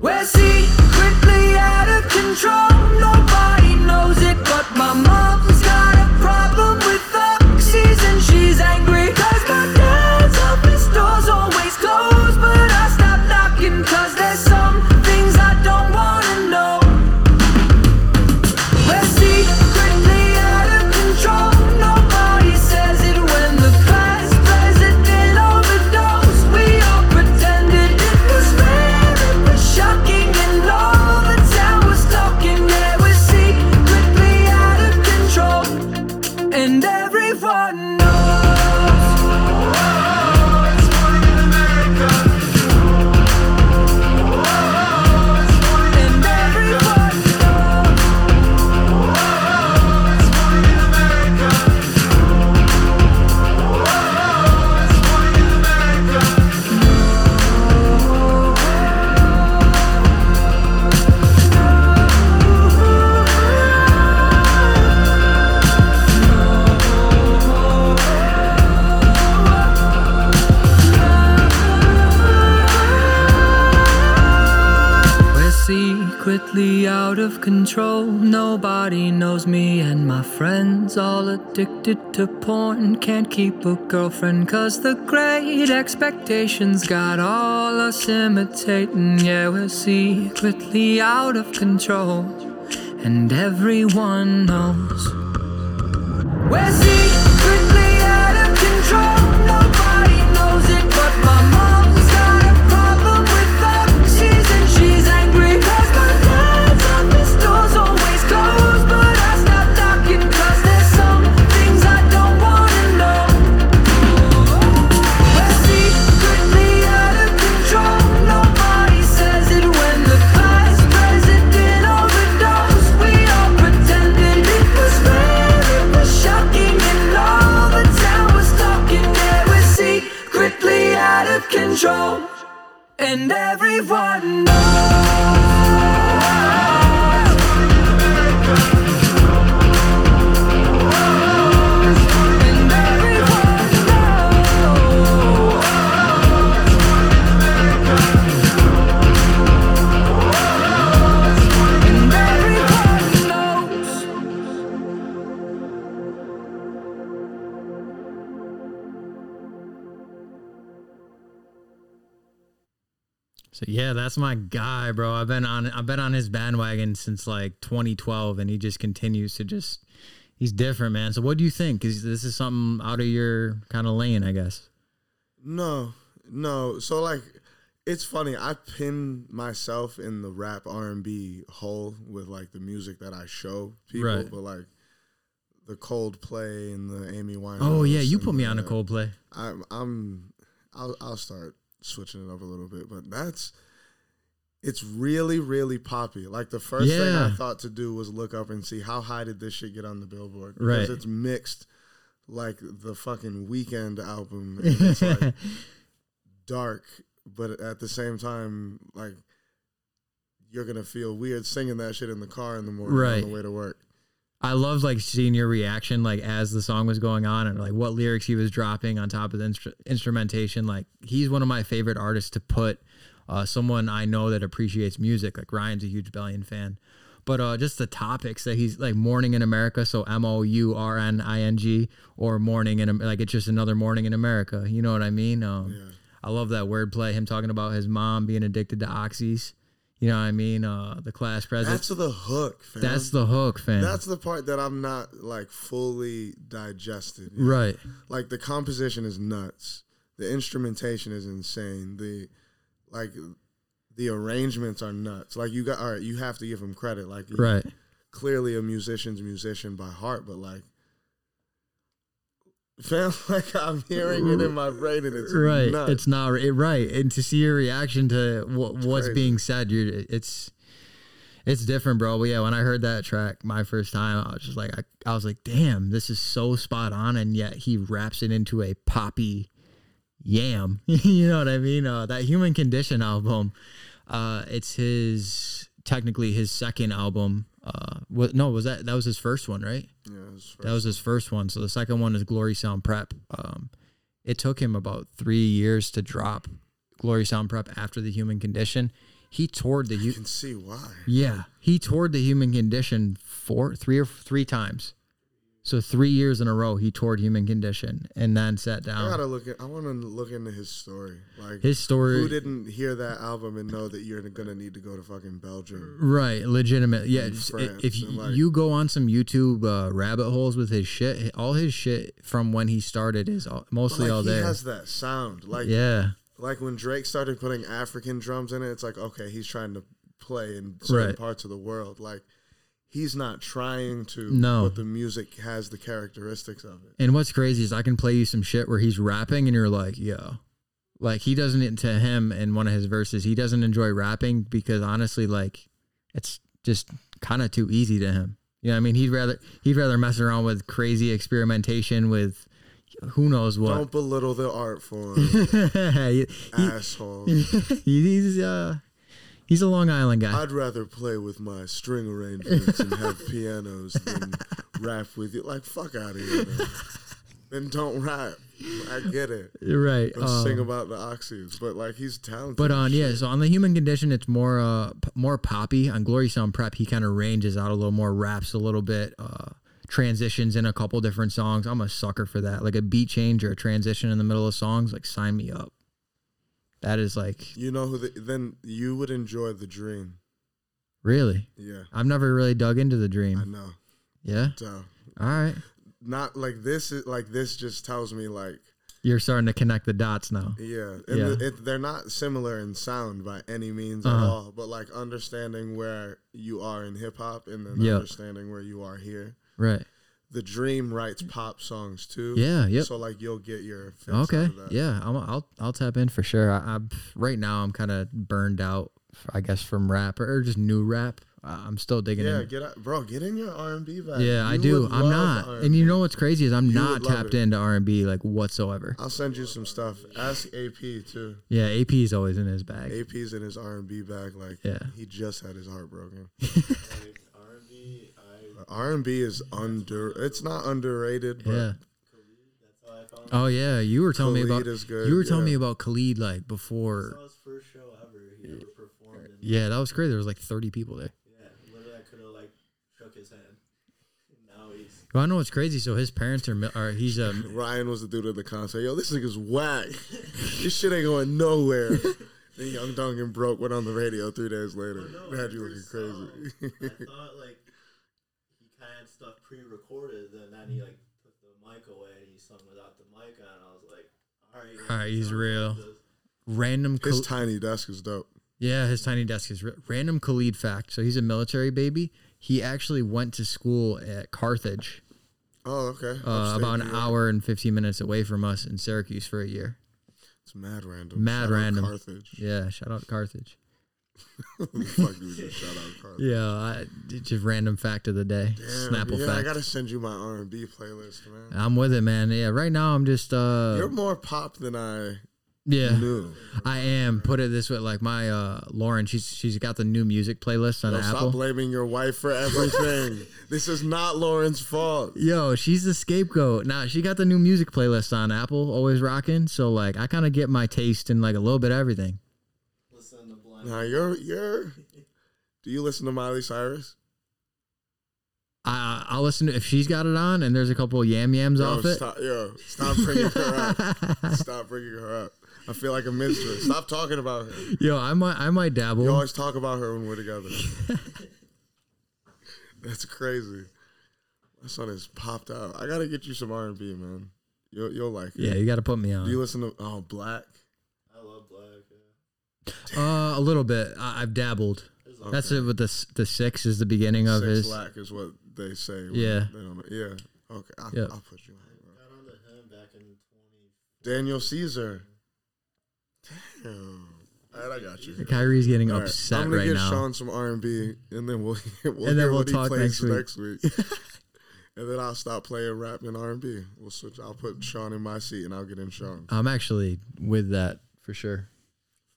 S7: We're secretly out of control. Nobody knows it, but my mom's got a problem with oxys and she's angry. Cause my dad's office door's always closed, but I stop knocking cause there's some things I don't wanna know. We're secretly out of control. Nobody says it when the class president overdosed. We all pretended it was fair secretly out of control. Nobody knows me and my friends, all addicted to porn. Can't keep a girlfriend, cause the great expectations got all us imitating. Yeah, we're secretly out of control, and everyone knows. We're secretly out of control. Nobody knows it, but my mom's got a problem with taxis, and she's angry 'cause my dad's office door's always closed. But I stop knocking 'cause there's some things I don't wanna know. We're secretly out of control. Nobody says it when the vice president overdosed. We all pretended it was real, it was shocking, and all the town was talking. Yeah, we're secretly out of control and everyone knows. And everyone knows. And everyone knows.
S2: So yeah, that's my guy, bro. I've been on I've been on his bandwagon since like 2012, and he just continues to just he's different, man. So what do you think? Is this is something out of your kind of lane, I guess?
S1: No, no. So like, it's funny. I pin myself in the rap R and B hole with like the music that I show people,
S2: Right.
S1: but like the Coldplay and the Amy Winehouse.
S2: Oh yeah, you
S1: and
S2: put me on a
S1: the-
S2: Coldplay.
S1: I'm I'm I'll I'll start switching it up a little bit, but that's it's really really poppy. Like the first thing I
S2: Yeah.
S1: thought to do was look up and see how high did this shit get on the Billboard
S2: Right.
S1: it's mixed like the fucking Weekend album. And it's like dark, but at the same time like you're gonna feel weird singing that shit in the car in the morning
S2: Right.
S1: on the way to work.
S2: I loved like seeing your reaction like as the song was going on and like what lyrics he was dropping on top of the instru- instrumentation. Like he's one of my favorite artists to put uh, someone I know that appreciates music. Like Ryan's a huge Bellion fan, but uh, just the topics that he's like morning in America. So M O U R N I N G or morning in Am- like it's just another morning in America. You know what I mean? Um, I love that wordplay. Him talking about his mom being addicted to oxys. You know what I mean? Uh, the class president.
S1: That's
S2: That's,
S1: the hook, fam.
S2: the hook, fam.
S1: That's the part that I'm not like fully digested. yet.
S2: right.
S1: Like the composition is nuts. The instrumentation is insane. The like the arrangements are nuts. Like you got all right, you have to give him credit. Like he's
S2: Right.
S1: clearly a musician's musician by heart, but like fam, like I'm hearing it in my brain and it's
S2: right
S1: nuts.
S2: it's not it, right and to see your reaction to what, what's
S1: crazy.
S2: being said you it's it's different bro but yeah when i heard that track my first time i was just like I, I was like damn this is so spot on and yet he wraps it into a poppy yam you know what i mean uh, that human condition album uh it's his technically his second album uh what no was that that was his first one right
S1: Yeah, it's
S2: that was his first one. So the second one is Glory Sound Prep. Um, it took him about three years to drop Glory Sound Prep after the Human Condition. He toured the
S1: you
S2: hu-
S1: can see why.
S2: yeah he toured the Human Condition four three or three times. So three years in a row he toured Human Condition and then sat
S1: I
S2: down.
S1: gotta look at I wanna look into his story. Like
S2: His story
S1: Who didn't hear that album and know that you're gonna need to go to fucking Belgium?
S2: Right, legitimate. Yeah, just- i-
S1: France
S2: if
S1: and,
S2: y-
S1: like-
S2: you go on some YouTube uh, rabbit holes with his shit, hi- all his shit from when he started is all,
S1: But,
S2: mostly
S1: like,
S2: all
S1: he
S2: there.
S1: has that sound. Like
S2: yeah,
S1: like when Drake started putting African drums in it, it's like okay, he's trying to play in certain
S2: Right.
S1: parts of the world. Like he's not trying to.
S2: No.
S1: but the music has the characteristics of it.
S2: And what's crazy is I can play you some shit where he's rapping and you're like, yo. Like he doesn't to him in one of his verses, he doesn't enjoy rapping because honestly, like it's just kind of too easy to him. You know what I mean? He'd rather he'd rather mess around with crazy experimentation with who knows what.
S1: Don't Ah. belittle the art form,
S2: He-
S1: asshole.
S2: he's uh he's a Long Island guy.
S1: I'd rather play with my string arrangements and have pianos than rap with you. Like fuck out of here. man. then don't rap. I get it.
S2: You're right.
S1: Don't
S2: um,
S1: sing about the oxys, but like he's talented.
S2: But on yeah, so on the human condition, it's more uh p- more poppy. On Glory Sound Prep, he kind of ranges out a little more, raps a little bit, uh transitions in a couple different songs. I'm a sucker for that, like a beat change or a transition in the middle of songs. Like sign me up. That is like
S1: you know who? The, then you would enjoy the dream.
S2: really.
S1: Yeah,
S2: I've never really dug into the
S1: I
S2: dream.
S1: know.
S2: Yeah.
S1: So
S2: All right.
S1: not like this. Is, like this just tells me like
S2: You're starting to connect the dots now.
S1: Yeah, and
S2: Yeah.
S1: the- it, they're not similar in sound by any means at
S2: Uh-huh.
S1: all. But like understanding where you are in hip hop, and then
S2: Yeah.
S1: understanding where you are here.
S2: Right.
S1: The Dream writes pop songs too.
S2: Yeah. Yep.
S1: So like you'll get your fix out
S2: Okay.
S1: of that.
S2: Yeah, I'm, I'll I'll tap in for sure. I, I right now I'm kind of burned out, I guess, from rap or, or just new rap. I- I'm still digging
S1: Yeah,
S2: in.
S1: get out, bro. Get in your R and B bag.
S2: yeah, I
S1: Uh, You
S2: do.
S1: would
S2: I'm
S1: love
S2: not.
S1: R&B.
S2: And you know what's crazy is I'm
S1: You
S2: not
S1: would love
S2: tapped
S1: it.
S2: into R&B like whatsoever.
S1: I'll send you some stuff. Ask AP too.
S2: Yeah, AP is always in his bag.
S1: AP's in his R and B bag. Like
S2: Yeah.
S1: he just had his heart broken.
S4: Like R&B, I
S1: R and B is under. It's not underrated. But
S2: yeah.
S4: that's how I found.
S2: Oh yeah, you were telling me
S1: Khalid
S2: about
S1: is good,
S2: you were telling
S1: yeah.
S2: me about Khalid like before.
S4: That was first show ever he ever performed. And,
S2: Yeah, that was crazy. There was like 30 people there.
S4: yeah, literally, I could have like shook his hand. Now he's
S2: Well, I know what's crazy. So his parents are, mil- are he's um, a
S1: Ryan was the dude at the concert. Yo, this nigga's whack. this shit ain't going nowhere. then Young Dog and Broke went on the radio three days later.
S4: no, uh,
S1: Had you looking
S4: first
S1: crazy.
S4: I thought like he kind of had stuff pre-recorded, and then he like put the mic away and he sung without the mic on. I was like, all right,
S2: All right, he's
S4: something
S2: real.
S4: with this.
S2: random
S1: His
S2: Khal-
S1: tiny desk is dope.
S2: Yeah, his tiny desk is r- random Khalid fact. So he's a military baby. He actually went to school at Carthage,
S1: Oh, okay.
S2: uh,
S1: Upstate
S2: about an
S1: New York.
S2: hour and 15 minutes away from us in Syracuse for a year.
S1: It's mad random.
S2: Mad
S1: Shout out
S2: random.
S1: Carthage.
S2: Yeah, shout out Carthage.
S1: Who the fuck do we just shout out Carthage?
S2: Yeah, I, it's just random fact of the day.
S1: Damn,
S2: Snapple
S1: yeah, I
S2: fact.
S1: gotta send you my R and B playlist, man.
S2: I'm with it, man. Yeah, right now I'm just uh
S1: You're more pop than I
S2: yeah.
S1: knew.
S2: I am put it this way like my uh Lauren she's she's got the new music playlist on
S1: Yo,
S2: Apple.
S1: stop blaming your wife for everything. this is not Lauren's fault.
S2: Yo, she's the scapegoat. Nah, she got the new music playlist on Apple, always rocking. So like, I kind of get my taste in like a little bit of everything.
S4: Listen to blind.
S1: Now you're you're. Do you listen to Miley Cyrus?
S2: I I'll listen to if she's got it on, and there's a couple yam yams
S1: Yo,
S2: off it.
S1: Stop, yo, stop bringing her up. Stop bringing her up. I feel like a mistress. Stop talking about her.
S2: Yo, I might I might dabble.
S1: You always talk about her when we're together. That's crazy. My son is popped out. I gotta get you some R and B, man. You'll, you'll like it.
S2: yeah, you got to put me
S1: Do you
S2: on
S1: listen to Oh Black?
S4: I love black. Yeah.
S2: uh, a little bit. I, I've dabbled. That's it with the s- the six is the beginning of
S1: Six
S2: his.
S1: Black is what they say. when
S2: Yeah.
S1: They don't know. Yeah. Okay. I,
S2: Yeah.
S1: I'll put you on. bro.
S4: Got onto him back in 20.
S1: Daniel Caesar. Damn. All right, I got you.
S2: Kyrie's getting
S1: All right,
S2: upset
S1: I'm gonna
S2: right
S1: get
S2: now.
S1: Sean some R and B, and then we'll we'll
S2: And then
S1: hear
S2: we'll
S1: what
S2: talk
S1: he plays
S2: next
S1: next week. and then I'll stop playing rap and R and B. We'll switch. I'll put Sean in my seat, and I'll get in Sean.
S2: I'm actually with that for sure.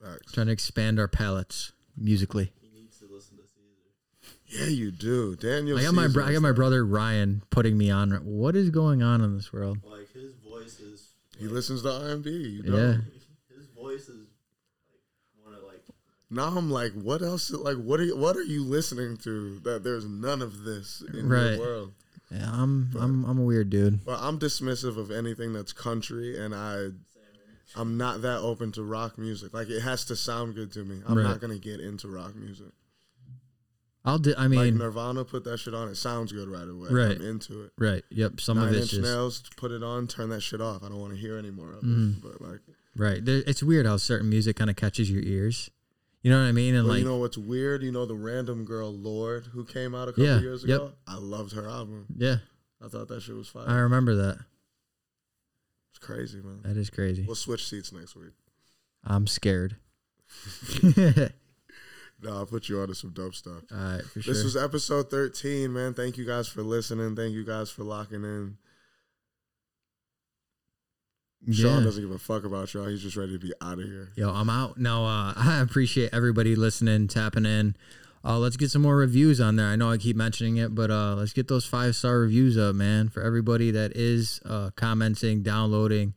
S1: Facts.
S2: Trying to expand our palettes musically.
S4: He needs to listen to Caesar.
S1: Yeah, you do, Daniel.
S2: I got my bro-
S1: Caesar
S2: I got
S1: is
S2: my
S1: like-
S2: brother Ryan putting me on. What is going on in this world?
S4: Like his voice is.
S1: He listens to R and B. You know?
S2: Yeah,
S4: His voice is like one of like.
S1: Now I'm like, what else? Like, what are you, what are you listening to? That there's none of this in
S2: Right.
S1: the world.
S2: yeah I'm I'm I'm a weird dude.
S1: Well, I'm dismissive of anything that's country, and I, I'm not that open to rock music. Like, it has to sound good to me. I'm
S2: Right.
S1: not gonna get into rock music.
S2: I'll di- I
S1: Like
S2: mean,
S1: Nirvana put that shit on. It sounds good right away.
S2: Right.
S1: I'm into it.
S2: right? Yep. Some
S1: Nine
S2: of it's
S1: Inch
S2: just
S1: Nails, put it on, turn that shit off. I don't want to hear any more of
S2: Mm-hmm.
S1: it. But like,
S2: right. There, it's weird how certain music kind of catches your ears. You know what I mean? And
S1: well,
S2: like,
S1: you know what's weird? You know the random girl Lord who came out a couple
S2: Yeah,
S1: years
S2: yep.
S1: ago. I loved her album.
S2: yeah,
S1: I thought that shit was fire.
S2: I remember that.
S1: it's crazy, man.
S2: That is crazy.
S1: We'll switch seats next week.
S2: I'm scared. All
S1: No, I'll put you on to some dope stuff.
S2: right, for sure.
S1: This was episode 13, man. Thank you guys for listening. Thank you guys for locking in. Sean
S2: Yeah.
S1: doesn't give a fuck about y'all. He's just ready to be out of here.
S2: Yo, I'm out. No, uh, I appreciate everybody listening, tapping in. Uh, let's get some more reviews on there. I know I keep mentioning it, but uh, let's get those five star reviews up, man, for everybody that is uh, commenting, downloading,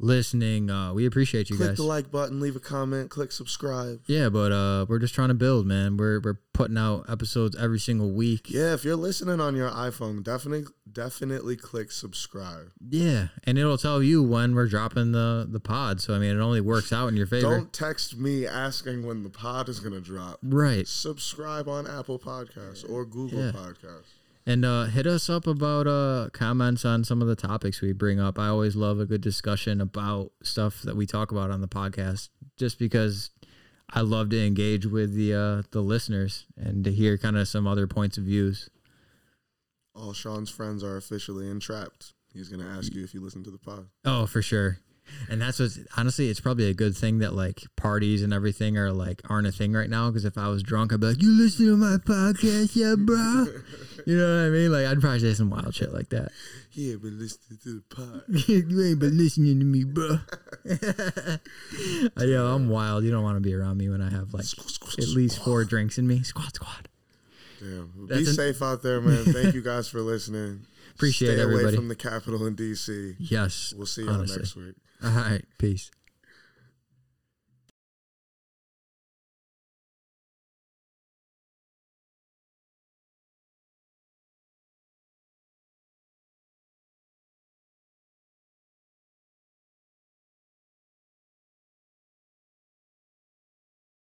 S2: listening. Uh, we appreciate you
S1: Click
S2: guys.
S1: the like button, leave a comment, click subscribe.
S2: Yeah, but uh, we're just trying to build, man. We're we're putting out episodes every single week.
S1: Yeah, if you're listening on your iPhone, definitely definitely click subscribe.
S2: Yeah, and it'll tell you when we're dropping the the pod. So I mean, it only works out in your favor.
S1: Don't text me asking when the pod is gonna drop.
S2: Right,
S1: Subscribe on Apple Podcasts or Google
S2: Yeah.
S1: Podcasts.
S2: and uh, hit us up about uh comments on some of the topics we bring up. I always love a good discussion about stuff that we talk about on the podcast, just because I love to engage with the uh the listeners and to hear kind of some other points of views.
S1: All Sean's friends are officially entrapped. He's gonna ask you if you listen to the pod.
S2: Oh, for sure. And that's what's honestly, it's probably a good thing that like parties and everything are like aren't a thing right now. Because if I was drunk, I'd be like, "You listen to my podcast, yeah, bro." you know what I mean? Like I'd probably say some wild shit like that.
S1: Yeah, but listen to the pod.
S2: you ain't been listening to me, bro. Uh, Yo, I'm wild. You don't want to be around me when I have like at least four drinks in me. Squad, squad.
S1: Damn. Be
S2: That's an-
S1: safe out there, man. Thank you guys for listening.
S2: Appreciate
S1: Stay away
S2: everybody.
S1: from the capital in DC.
S2: Yes.
S1: We'll see y'all
S2: honestly.
S1: next week.
S2: All right. Peace.